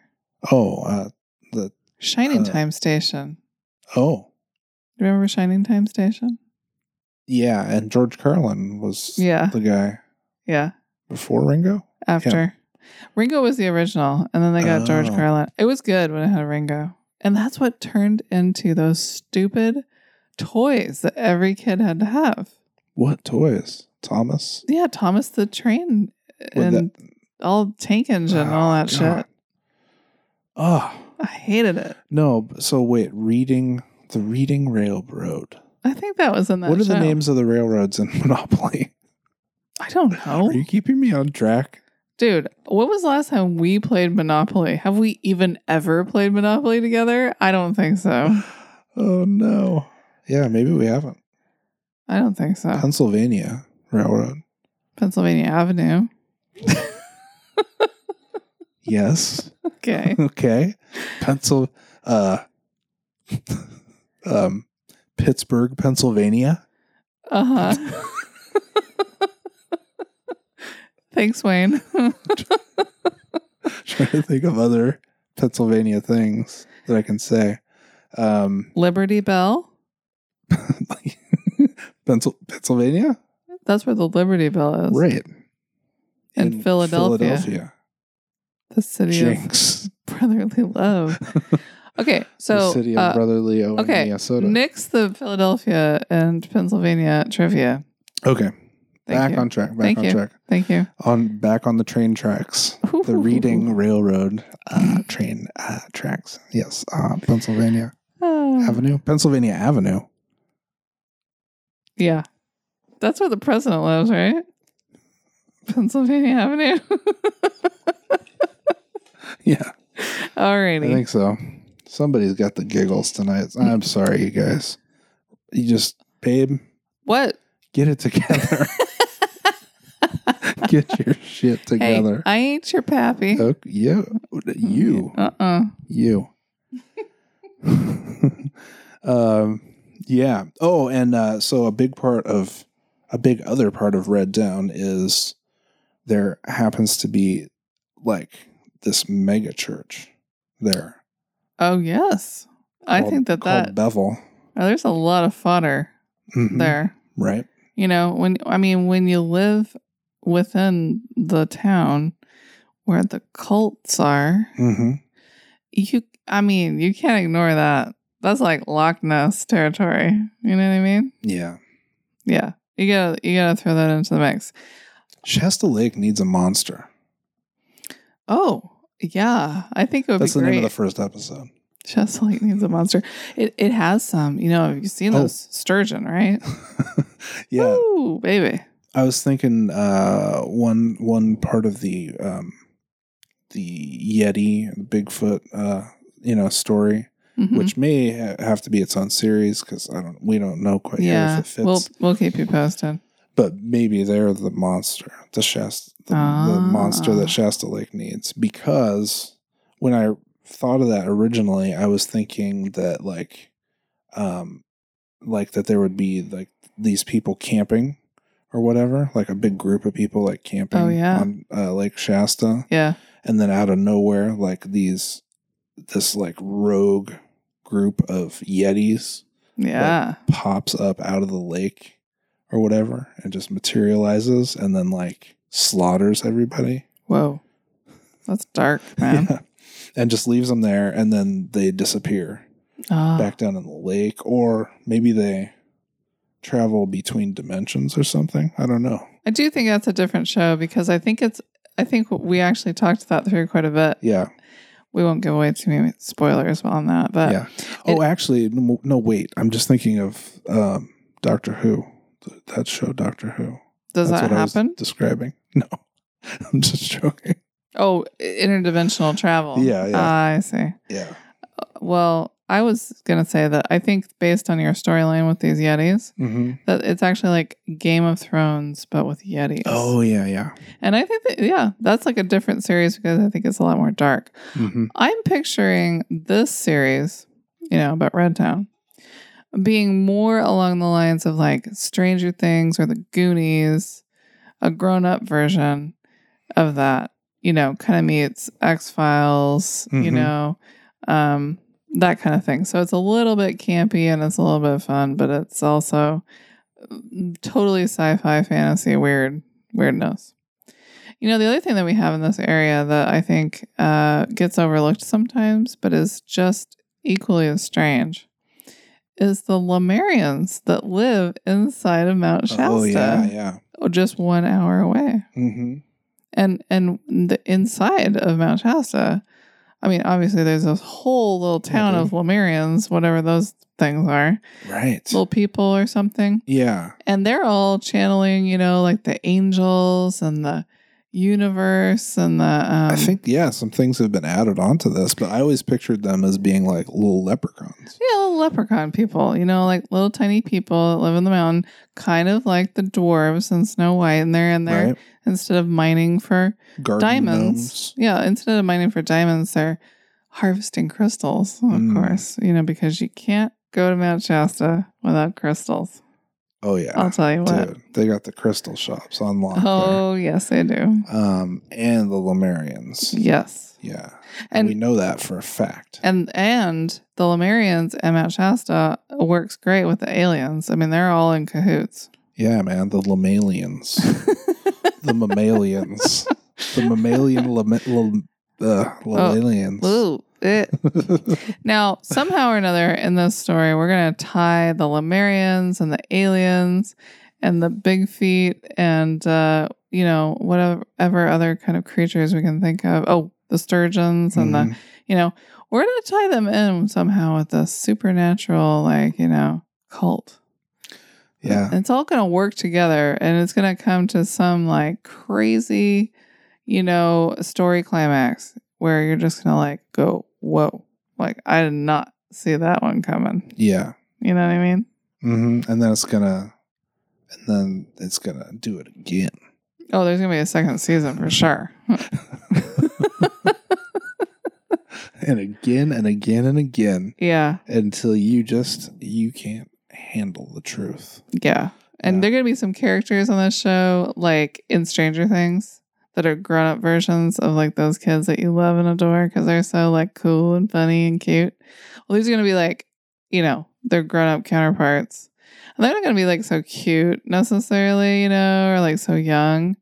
Oh, uh, the
Shining
uh,
Time Station.
oh
Do you remember Shining Time Station?
yeah, and George Carlin was
Yeah.
the guy
Yeah.
before Ringo.
After Ringo was the original, and then they got George
Oh.
Carlin. It was good when it had Ringo, and that's what turned into those stupid toys that every kid had to have.
What toys, Thomas?
Yeah, Thomas the Train
With
and all tank engine and
Oh,
all that shit.
Ah,
I hated it.
no. So wait, Reading the Reading Railroad.
I think that was in that.
What are the
show.
names of the railroads in Monopoly?
I don't
Are you
know,
keeping me on track?
dude. What was the last time we played Monopoly? Have we even ever played Monopoly together? I don't think so.
Oh no. Yeah, maybe we haven't.
I don't think so.
Pennsylvania Railroad.
Pennsylvania Avenue.
Yes.
Okay.
okay. Pencil uh um Pittsburgh, Pennsylvania.
Uh huh. Thanks, Wayne.
Trying to think of other Pennsylvania things that I can say. Um
Liberty Bell.
Pencil- Pennsylvania?
That's where the Liberty Bell is.
Right.
And Philadelphia.
Philadelphia.
The city
Jinx.
of brotherly love. Okay,
the
so
city of
uh,
brotherly Owen,
okay,
Minnesota.
nix the Philadelphia and Pennsylvania trivia.
okay.
Thank
back
you.
on track. Back
Thank
on
you.
track.
Thank you.
On back on the train tracks. The Reading Railroad uh, train uh, tracks. Yes, uh, Pennsylvania
Oh,
Avenue. Mm-hmm. Pennsylvania Avenue.
yeah, that's where the president lives, right? Pennsylvania Avenue.
Yeah, I
Alrighty.
think so. Somebody's got the giggles tonight. I'm sorry, you guys. You just, babe,
what?
get it together. get your shit
Hey,
together.
I ain't your pappy.
Oh, yeah, you,
Uh uh
you. um, yeah. Oh, and uh, so a big part of a big other part of Red Down is there happens to be like this mega church there.
Oh yes, I
called-
think that
called
that
Bevel,
oh, there's a lot of fodder
Mhm.
there.
right?
You know, when I mean when you live within the town where the cults are,
Mm-hmm.
you I mean you can't ignore that. That's like Loch Ness territory. You know what I mean?
Yeah,
Yeah, you gotta you gotta throw that into the mix.
Shasta Lake needs a monster.
Oh yeah, I think it would
That's
be
the
great.
name of the first episode.
Just like needs a monster. It it has some. You know, you've seen
Oh.
those sturgeon, right?
yeah,
Ooh, baby.
I was thinking uh, one one part of the um, the Yeti Bigfoot uh, you know story,
Mhm.
which may ha- have to be its own series because I don't we don't know quite yet
yeah,
if it fits.
we'll we'll keep you posted.
but maybe they're the monster, the Shasta, the, the monster
Ah.
that Shasta Lake needs. Because when I thought of that originally, I was thinking that like, um, like that there would be like these people camping or whatever, like a big group of people like camping
Oh, yeah.
on uh, Lake Shasta,
Yeah,
and then out of nowhere, like these, this like rogue group of Yetis
yeah.
pops up out of the lake or whatever and just materializes and then like slaughters everybody
Whoa, that's dark, man.
Yeah. and just leaves them there and then they disappear
Ah,
back down in the lake or maybe they travel between dimensions or something i don't know
I do think that's a different show because I think it's. I think we actually talked that through quite a bit.
yeah
We won't give away too many spoilers on that, but
yeah oh actually no, no wait i'm just thinking of um doctor who Th- that show doctor who
does
That's
that
what I was
happen?
describing no i'm just joking
Oh, interdimensional travel.
Yeah, yeah.
Ah, I see.
yeah
Well, I was gonna say that I think based on your storyline with these Yetis,
mm-hmm.
that it's actually like Game of Thrones but with Yetis.
oh yeah yeah
and I think that yeah, that's like a different series because I think it's a lot more dark.
mm-hmm.
I'm picturing this series, you know, about Red Town, being more along the lines of like Stranger Things or the Goonies, a grown up version of that, you know, kind of meets X Files, you
Mhm.
know, um, that kind of thing. So it's a little bit campy and it's a little bit fun, but it's also mm, totally sci fi fantasy weird weirdness. You know, the other thing that we have in this area that I think uh, gets overlooked sometimes, but is just equally as strange, is the Lemurians that live inside of Mount Shasta,
oh yeah yeah
or just one hour away.
Mm-hmm.
And and the inside of Mount Shasta, I mean, obviously there's this whole little town
Mm-hmm.
of Lemurians, whatever those things are,
Right.
little people or something
yeah.
and they're all channeling, you know, like the angels and the universe and the. Um,
I think, yeah, some things have been added onto this, but I always pictured them as being like little leprechauns.
Yeah, little leprechaun people, you know, like little tiny people that live in the mountain, kind of like the dwarves and Snow White, and they're in there
Right?
instead of mining for
Garden
diamonds.
gnomes.
Yeah, instead of mining for diamonds, they're harvesting crystals, of
Mm.
course, you know, because you can't go to Mount Shasta without crystals.
Oh, yeah.
I'll tell you what.
Dude, they got the crystal shops on lock
Oh, yes, they do.
there. Um, and the Lemurians.
Yes.
Yeah. And
And
we know that for a fact.
And and the Lemurians and Mount Shasta works great with the aliens. I mean, they're all in cahoots.
yeah, man. The Lemalians. the Mammalians. the Mammalian lem- lem- uh, Lemalians.
Oh, Ooh, eh. Now, somehow or another in this story, we're going to tie the Lemurians and the aliens and the big feet and, uh, you know, whatever other kind of creatures we can think of. Oh, the sturgeons and the,
Mhm.
you know, we're going to tie them in somehow with the supernatural, like, you know, cult.
Yeah.
It's all going to work together and it's going to come to some like crazy, you know, story climax where you're just going to like go, whoa. Like, I did not see that one coming.
Yeah.
You know what I mean?
hmm And then it's gonna, and then it's gonna do it again.
Oh, there's going to be a second season for sure.
and again and again and again
yeah.
until you just you can't handle the truth.
Yeah. And
Yeah.
there are going to be some characters on this show, like in Stranger Things, that are grown up versions of like those kids that you love and adore because they're so like cool and funny and cute. Well, these are going to be like, you know, their grown up counterparts. And they're not going to be like so cute necessarily, you know, or like so young,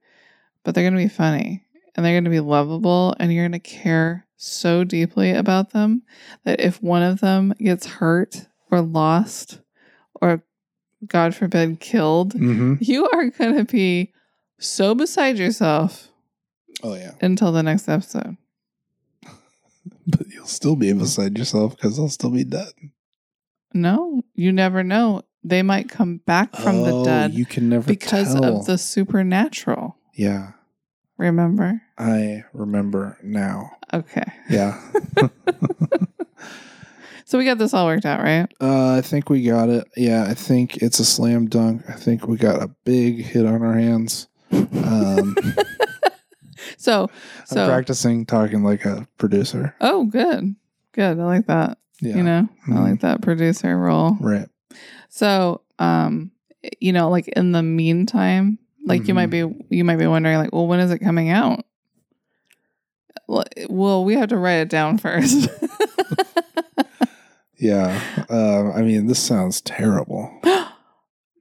but they're going to be funny and they're going to be lovable and you're going to care so deeply about them that if one of them gets hurt or lost or God forbid killed,
Mm-hmm.
you are going to be so beside yourself
Oh yeah,
until the next episode.
but you'll still be beside yourself because I'll still be dead.
No, you never know. They might come back from
Oh,
the dead
You can never
because
tell.
of the supernatural.
Yeah,
Remember?
I remember now.
Okay.
Yeah,
So we got this all worked out, right?
uh, I think we got it. Yeah, I think it's a slam dunk. I think we got a big hit on our hands. Um,
So, so
I'm practicing talking like a producer.
oh, good, good. I like that.
Yeah,
You know, I
Mhm.
like that producer role.
right.
So, um, you know, like in the meantime, like you might be
Mm-hmm.
you might be wondering, like, well, when is it coming out? Well, Well, we have to write it down first.
Yeah, uh, I mean, this sounds terrible.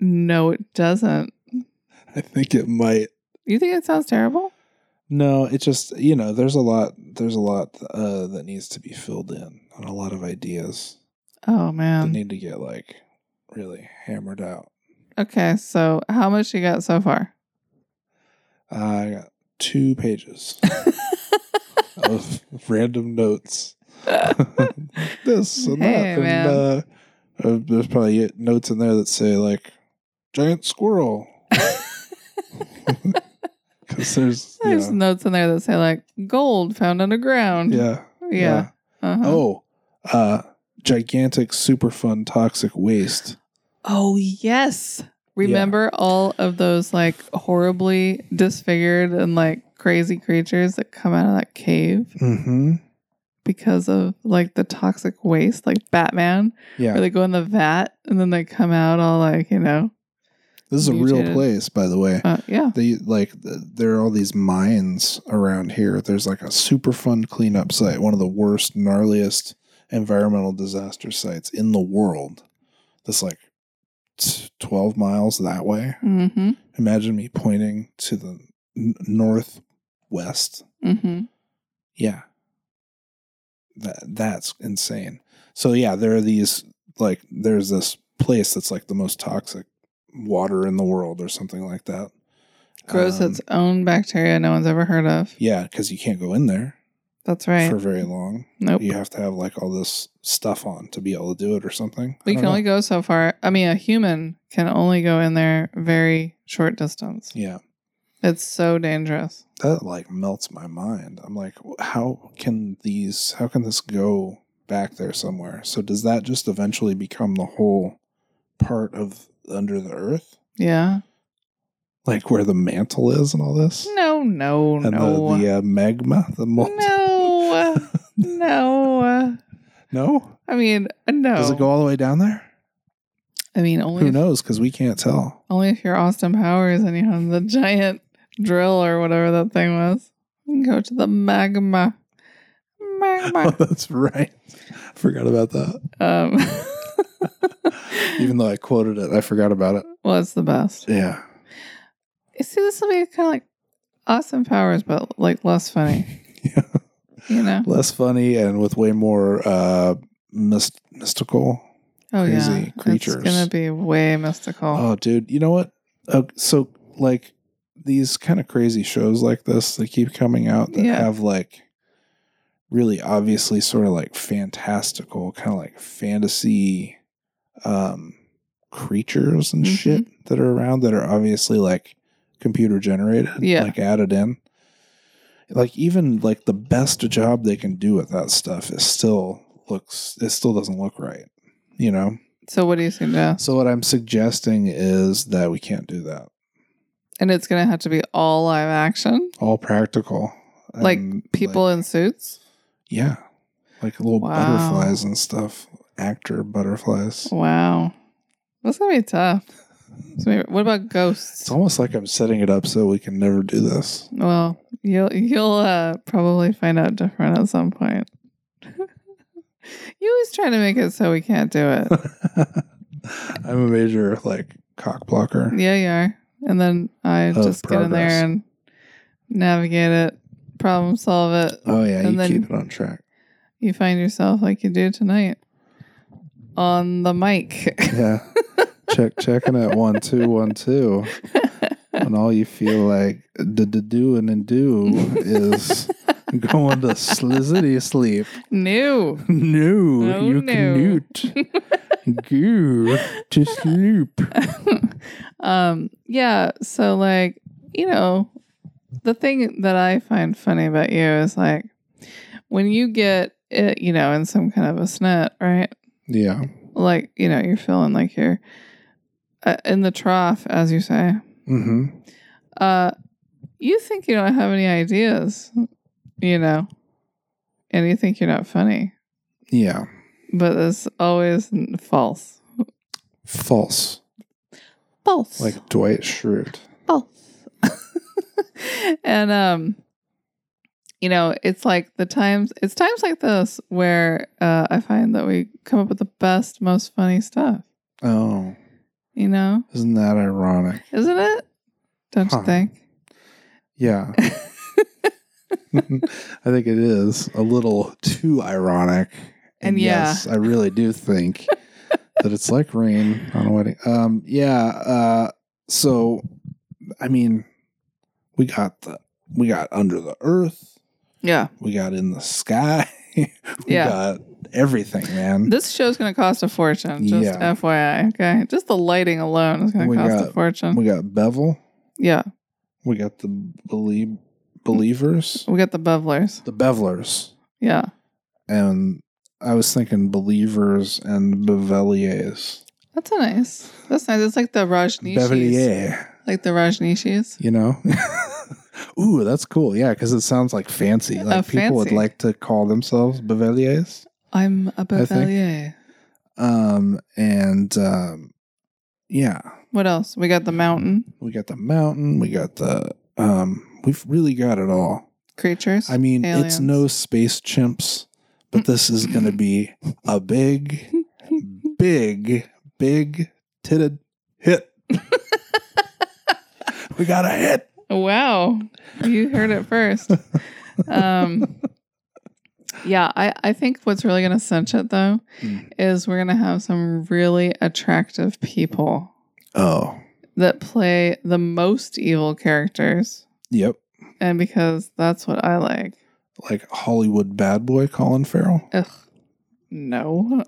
no, it doesn't.
I think it might.
You think it sounds terrible?
No, it just you know, there's a lot, there's a lot uh, that needs to be filled in, and a lot of ideas
Oh
that
man.
need to get like really hammered out.
Okay, so how much you got so far?
I got two pages of random notes. this and that,
Hey,
and
man.
uh, uh, there's probably notes in there that say like giant squirrel. Because there's,
There's
yeah,
notes in there that say like gold found underground.
yeah,
Yeah. Uh-huh.
Oh, uh, gigantic superfund toxic waste.
Oh yes. Remember all of those like horribly disfigured and like crazy creatures that come out of that cave
Mm-hmm.
because of like the toxic waste, like Batman, where
Yeah,
they go in the vat and then they come out all like, you know,
this is a real
mutated.
place, by the way.
uh, yeah.
They like th- there are all these mines around here. There's like a superfund cleanup site, one of the worst, gnarliest environmental disaster sites in the world. That's like t- twelve miles that way.
Mm-hmm.
Imagine me pointing to the n- northwest
Mm-hmm.
Yeah. That that's insane. So yeah, there are these like there's this place that's like the most toxic water in the world or something like that.
Grows
Um,
its own bacteria no one's ever heard of.
Yeah, because you can't go in there
That's right.
for very long.
nope.
You have to have like all this stuff on to be able to do it or something. I
We
don't
can only
know.
go so far. I mean, a human can only go in there very short distance.
Yeah.
It's so dangerous.
That like melts my mind. I'm like, how can these how can this go back there somewhere? So does that just eventually become the whole part of under the earth?
Yeah.
like where the mantle is and all this
No, no,
and
no.
the, the uh, magma the molten
no. no.
no
I mean, no.
does it go all the way down there
I mean,
who
only if,
knows because we can't tell
only if you're Austin Powers and you have the giant drill or whatever that thing was. You can go to the magma.
oh
Magma.
that's right forgot about that
um,
even though i quoted it i forgot about it
well, it's the best.
yeah
You See, this will be kind of like Austin Powers, but like less funny.
Yeah.
You know?
less funny and with way more uh myst- mystical
Oh
Crazy
yeah.
creatures.
It's gonna be way mystical.
oh dude you know what oh, so like these kind of crazy shows like this they keep coming out that
Yeah.
have like really obviously sort of like fantastical kind of like fantasy um creatures and
Mhm.
shit that are around that are obviously like computer generated
Yeah.
like added in like even like the best job they can do with that stuff it still looks it still doesn't look right you know
So what do you suggest?
so what I'm suggesting is that we can't do that.
And it's gonna have to be all live action.
All practical.
Like
And,
People
like-
in suits.
yeah. Like little
Wow.
butterflies and stuff. Actor butterflies.
Wow. That's gonna be tough. It's gonna be- what about
It's
ghosts?
almost like I'm setting it up so we can never do this.
Well, you'll you'll uh, probably find out different at some point. you always try to make it so we can't do it.
I'm a major like cock blocker.
Yeah, you are. And then I
Of
just get in
progress.
there and navigate it, problem solve it.
Oh yeah,
And
you
then-
keep it on track.
You find yourself like you do tonight on the mic.
Yeah. Check checking at one two one two. And all you feel like d- d- doing and do is going to slizzity sleep.
New.
No,
Oh,
you
no.
can't go to sleep.
um yeah so like you know the thing that i find funny about you is like when you get it you know in some kind of a snit right
Yeah.
like you know you're feeling like you're uh, in the trough as you say
Mm-hmm.
uh you think you don't have any ideas you know and you think you're not funny
Yeah.
but it's always n- false
False.
false
Like Dwight Schrute.
both. and um you know, it's like the times it's times like this where uh I find that we come up with the best, most funny stuff,
Oh,
you know?
isn't that ironic?
Isn't it? Don't
Huh.
you think?
Yeah. I think it is a little too ironic.
And yeah.
yes, I really do think that it's like rain on a wedding. Um, yeah. Uh, so, I mean, we got the we got under the earth.
Yeah.
We got in the sky. we
Yeah.
got everything, man.
This show's gonna cost a fortune, just
Yeah.
FYI. Okay. Just the lighting alone is gonna
We
cost a
got-
fortune.
we got Bevel.
yeah.
We got the believe believers,
We got the bevelers.
the bevelers,
Yeah.
and I was thinking believers and beveliers.
That's a nice. That's nice. It's like the Rajneeshis.
Bevelier,
Like the Rajneeshis.
you know. Ooh, that's cool. Yeah, because it sounds like fancy. Like
Uh,
people would
fancy.
like to call themselves beveliers.
I'm a
think.
bevelier.
Um, and um, yeah,
What else? We got the mountain.
we got the mountain. We got the um. We've really got it all.
creatures.
I mean, it's
aliens.
no space chimps, but this is going to be a big, big, big titted hit. we got a hit.
wow, you heard it first. um, yeah, I, I think what's really going to cinch it though
Mm.
is we're going to have some really attractive people
Oh,
that play the most evil characters,
yep.
and because that's what I like.
Like Hollywood bad boy Colin Farrell.
Ugh, no,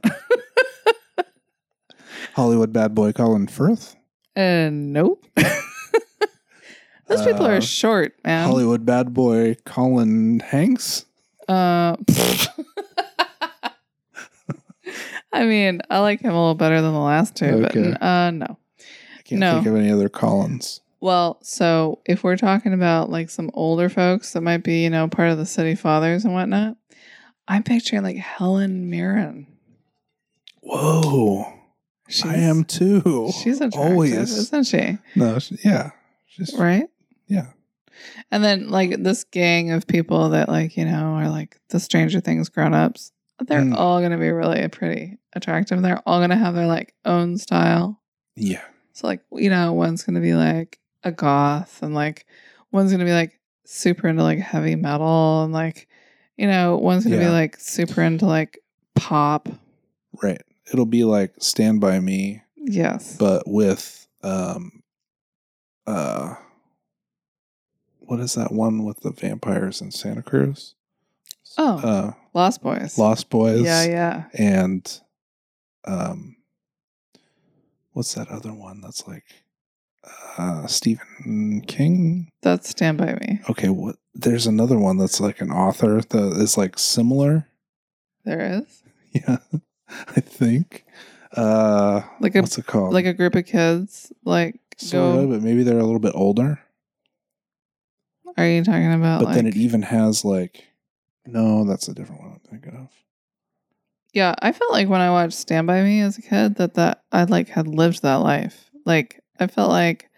Hollywood bad boy Colin Firth.
and nope. Those people
Uh,
are short, man.
Hollywood bad boy Colin Hanks.
Uh, I mean, I like him a little better than the last two,
Okay.
but uh, no.
I can't
No.
think of any other Collins.
Well, so if we're talking about like some older folks that might be, you know, part of the city fathers and whatnot, I'm picturing like Helen Mirren.
Whoa.
She's,
I am too.
She's attractive,
always.
isn't she?
No, she- yeah. She's
Right.
Yeah.
And then like this gang of people that like you know are like the Stranger Things grown ups. They're
Mm.
all gonna be really pretty attractive. They're all gonna have their like own style.
yeah.
So like you know, one's gonna be like a goth, and like one's gonna be like super into like heavy metal, and like you know, one's gonna
Yeah.
be like super into like pop.
Right. It'll be like Stand By Me,
Yes.
but with um uh what is that one with the vampires in Santa Cruz?
Oh.
Uh
Lost Boys.
Lost Boys
Yeah, yeah.
and um what's that other one that's like uh Stephen King?
That's Stand by Me.
Okay, what there's another one that's like an author that is like similar.
There is
Yeah. I think. Uh
like a
what's it called?
like a group of kids. Like
Sort of,
go.
but maybe they're a little bit older.
Are you talking about?
But then
like-
it even has like, no, that's a different one I'm thinking of.
Yeah, I felt like when I watched Stand by Me as a kid that that I like had lived that life. Like I felt like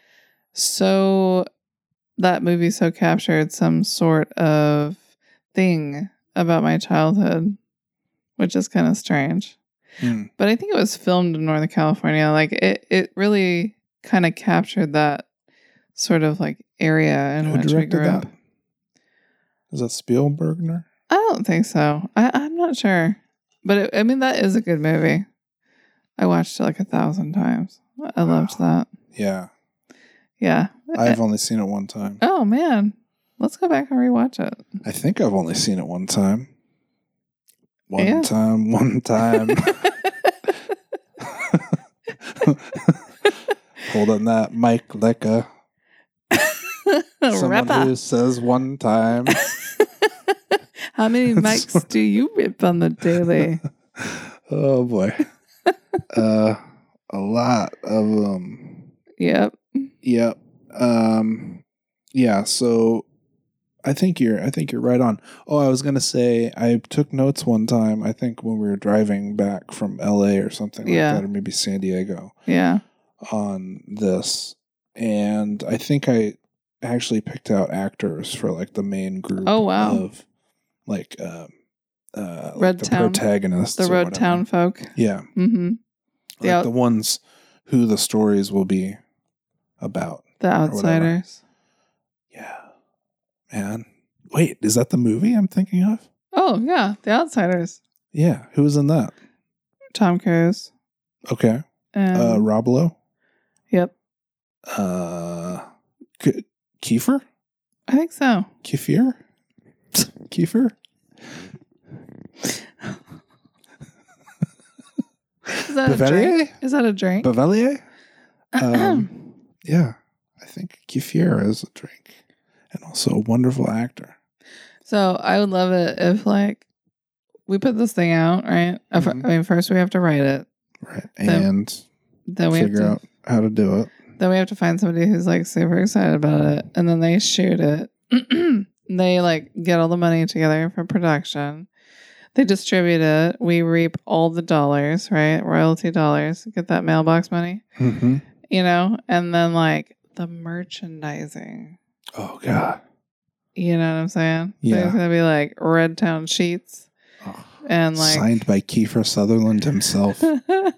so that movie so captured some sort of thing about my childhood, which is kind of strange.
Hmm.
But I think it was filmed in Northern California. Like it it really kind of captured that sort of like area in
Who
which we
directed
grew
that?
up.
Is that Spielbergner?
I don't think so. I, I'm not sure. But it, I mean, that is a good movie. I watched it like a thousand times. I loved that.
Yeah,
Yeah. Eh,
I've only seen it one time.
oh, man. Let's go back and rewatch it.
I think I've only seen it one time. One
Yeah.
time, one time. Holding that mic like a someone
Rapper.
who says one time.
How many mics
Sorry.
do you rip on the daily?
oh boy. uh a lot of um
yep.
Yep. Um yeah, so I think you're I think you're right on. Oh, I was going to say I took notes one time, I think when we were driving back from LA or something like
Yeah.
that or maybe San Diego
Yeah.
on this. And I think I actually picked out actors for like the main group
Oh, wow.
of like uh uh like
Red
the
Town.
protagonists
The
or
road
whatever.
town folk.
Yeah.
Mm-hmm.
Like
Yeah.
the ones who the stories will be about.
The outsiders.
Yeah. Man. Wait, is that the movie I'm thinking of?
Oh yeah, the outsiders.
Yeah. Who was in that?
Tom Cruise.
Okay.
And,
uh Rob Lowe?
yep.
Uh K- Kiefer?
I think so.
Kefir? Kiefer?
Is that a drink?
Bavelier?
Is that a drink?
Bavelier? Um, yeah. I think Kefir is a drink. And also a wonderful actor.
So I would love it if like we put this thing out, right? Uh, fir-
Mhm.
I mean, first we have to write it.
Right. And
Then we have
figure
to
out how to do it.
then we have to find somebody who's like super excited about it, and then they shoot it. they like get all the money together for production. They distribute it. We reap all the dollars, right? Royalty dollars. Get that mailbox money,
Mm-hmm.
you know, and then like the merchandising.
Oh God.
You know what I'm saying?
Yeah.
There's gonna be like red town sheets
Oh.
and like
Signed by Kiefer Sutherland himself. and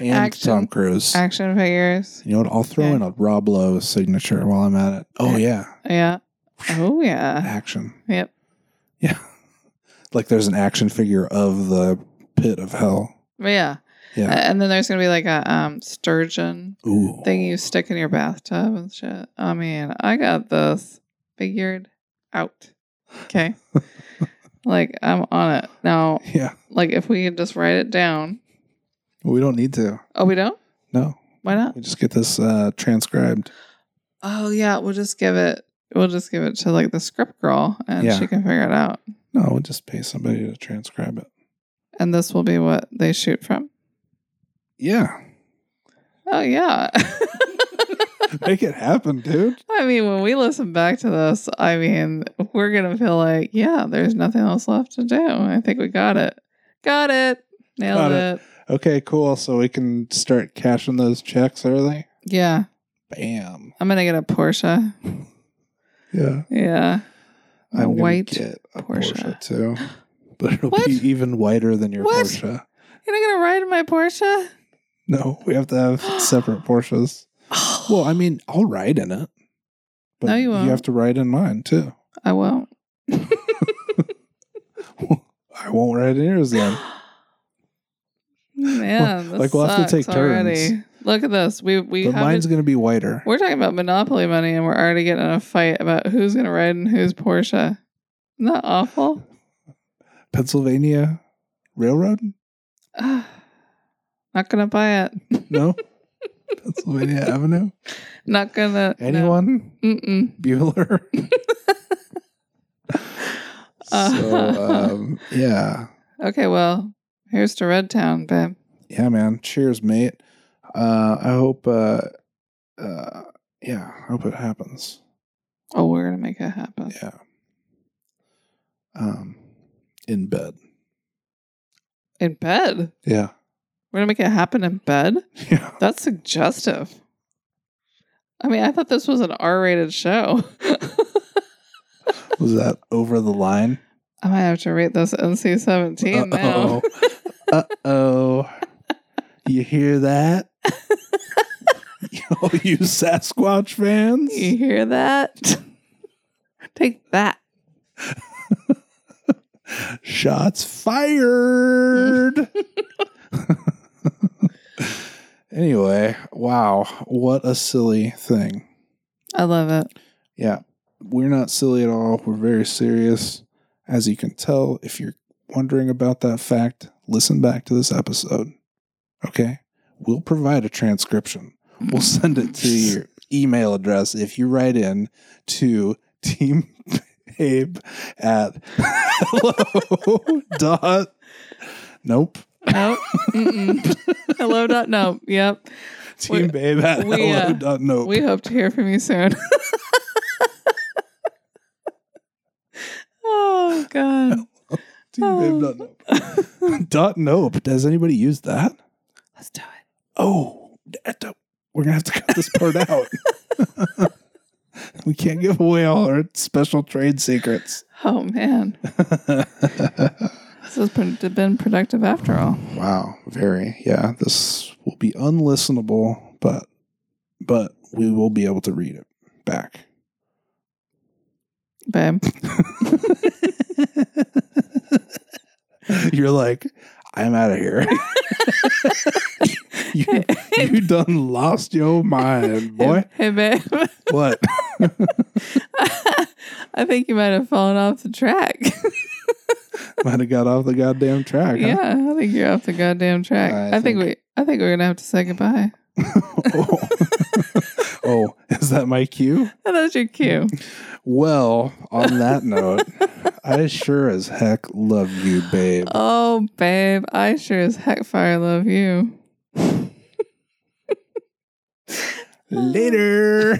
Action.
Tom Cruise.
action figures.
You know what? I'll throw
Okay.
in a Rob Lowe signature while I'm at it. Oh yeah,
Yeah. Oh yeah.
action.
Yep.
Yeah, like there's an action figure of the pit of hell.
But yeah.
Yeah.
Uh, and then there's gonna be like a um, sturgeon
Ooh.
thing you stick in your bathtub and shit. I mean, I got this figured out. Okay. like I'm on it now.
yeah,
Like if we could just write it down.
we don't need to.
Oh, we don't.
No,
Why not?
we just get this uh, transcribed.
Oh yeah, we'll just give it. We'll just give it to like the script girl, and
Yeah.
she can figure it out.
No, we'll just pay somebody to transcribe it.
And this will be what they shoot from.
Yeah,
Oh yeah.
make it happen, dude.
I mean, when we listen back to this, I mean, we're gonna feel like, yeah, there's nothing else left to do. I think we got it. Got it. Nailed
Got
it.
it. Okay, cool. So we can start cashing those checks early.
Yeah.
Bam.
I'm gonna get a Porsche.
Yeah,
Yeah. A
gonna
white
get a
Porsche.
Porsche, too, but it'll
What?
be even whiter than your
What?
Porsche.
You're not gonna ride in my Porsche?
No, we have to have separate Porsches. Well, I mean, I'll ride in it. But
No, you won't.
have to ride in mine too.
I won't.
I won't ride in yours then.
Man,
Like, we'll have to take turns.
turns. Look at this. We we
But mine's
haven't
going to be whiter.
We're talking about monopoly money, and we're already getting in a fight about who's going to ride and who's Porsche. Isn't that awful?
Pennsylvania Railroad?
Ugh. Not going to buy it.
No. Pennsylvania Avenue?
Not going to.
Anyone?
Mm-mm.
Bueller?
Uh-huh.
so, um, yeah.
Okay, well, here's to Red Town, babe.
Yeah, man. Cheers, mate. Uh, I hope, uh, uh, yeah, I hope it happens.
Oh, we're going to make it happen.
Yeah. Um, in bed.
In bed?
Yeah.
We're going to make it happen in bed?
Yeah.
That's suggestive. I mean, I thought this was an R rated show.
Was that over the line?
I might have to rate this NC 17 now.
Uh oh. You hear that? All you Sasquatch fans?
You hear that? Take that.
Shots fired. anyway, wow. What a silly thing.
I love it.
Yeah. We're not silly at all. We're very serious. As you can tell, if you're wondering about that fact, listen back to this episode. Okay? We'll provide a transcription. We'll send it to your email address if you write in to team Abe at hello dot nope
Nope. Mm-mm. Hello. Dot, nope. Yep.
team babe at
we,
hello
uh,
dot nope
We hope to hear from you soon. oh God.
team babe dot nope dot nope does anybody use that
Let's do it.
oh that don't- we're gonna have to cut this part out we can't give away all our special trade secrets
Oh man, this has been, been productive after all.
Wow, very. Yeah, this will be unlistenable, but but we will be able to read it back.
Babe,
You're like, I'm out of here. you, you done lost your mind, boy.
Hey, hey, babe.
What?
I think you might have fallen off the track.
Might have got off the goddamn track. huh?
yeah, I think you're off the goddamn track.
I
I, think, we, I think we're gonna have to say goodbye.
oh. oh, is that my cue?
Oh, that's your cue.
Well, on that note, I sure as heck love you, babe.
Oh, babe, I sure as heck fire love you.
Later.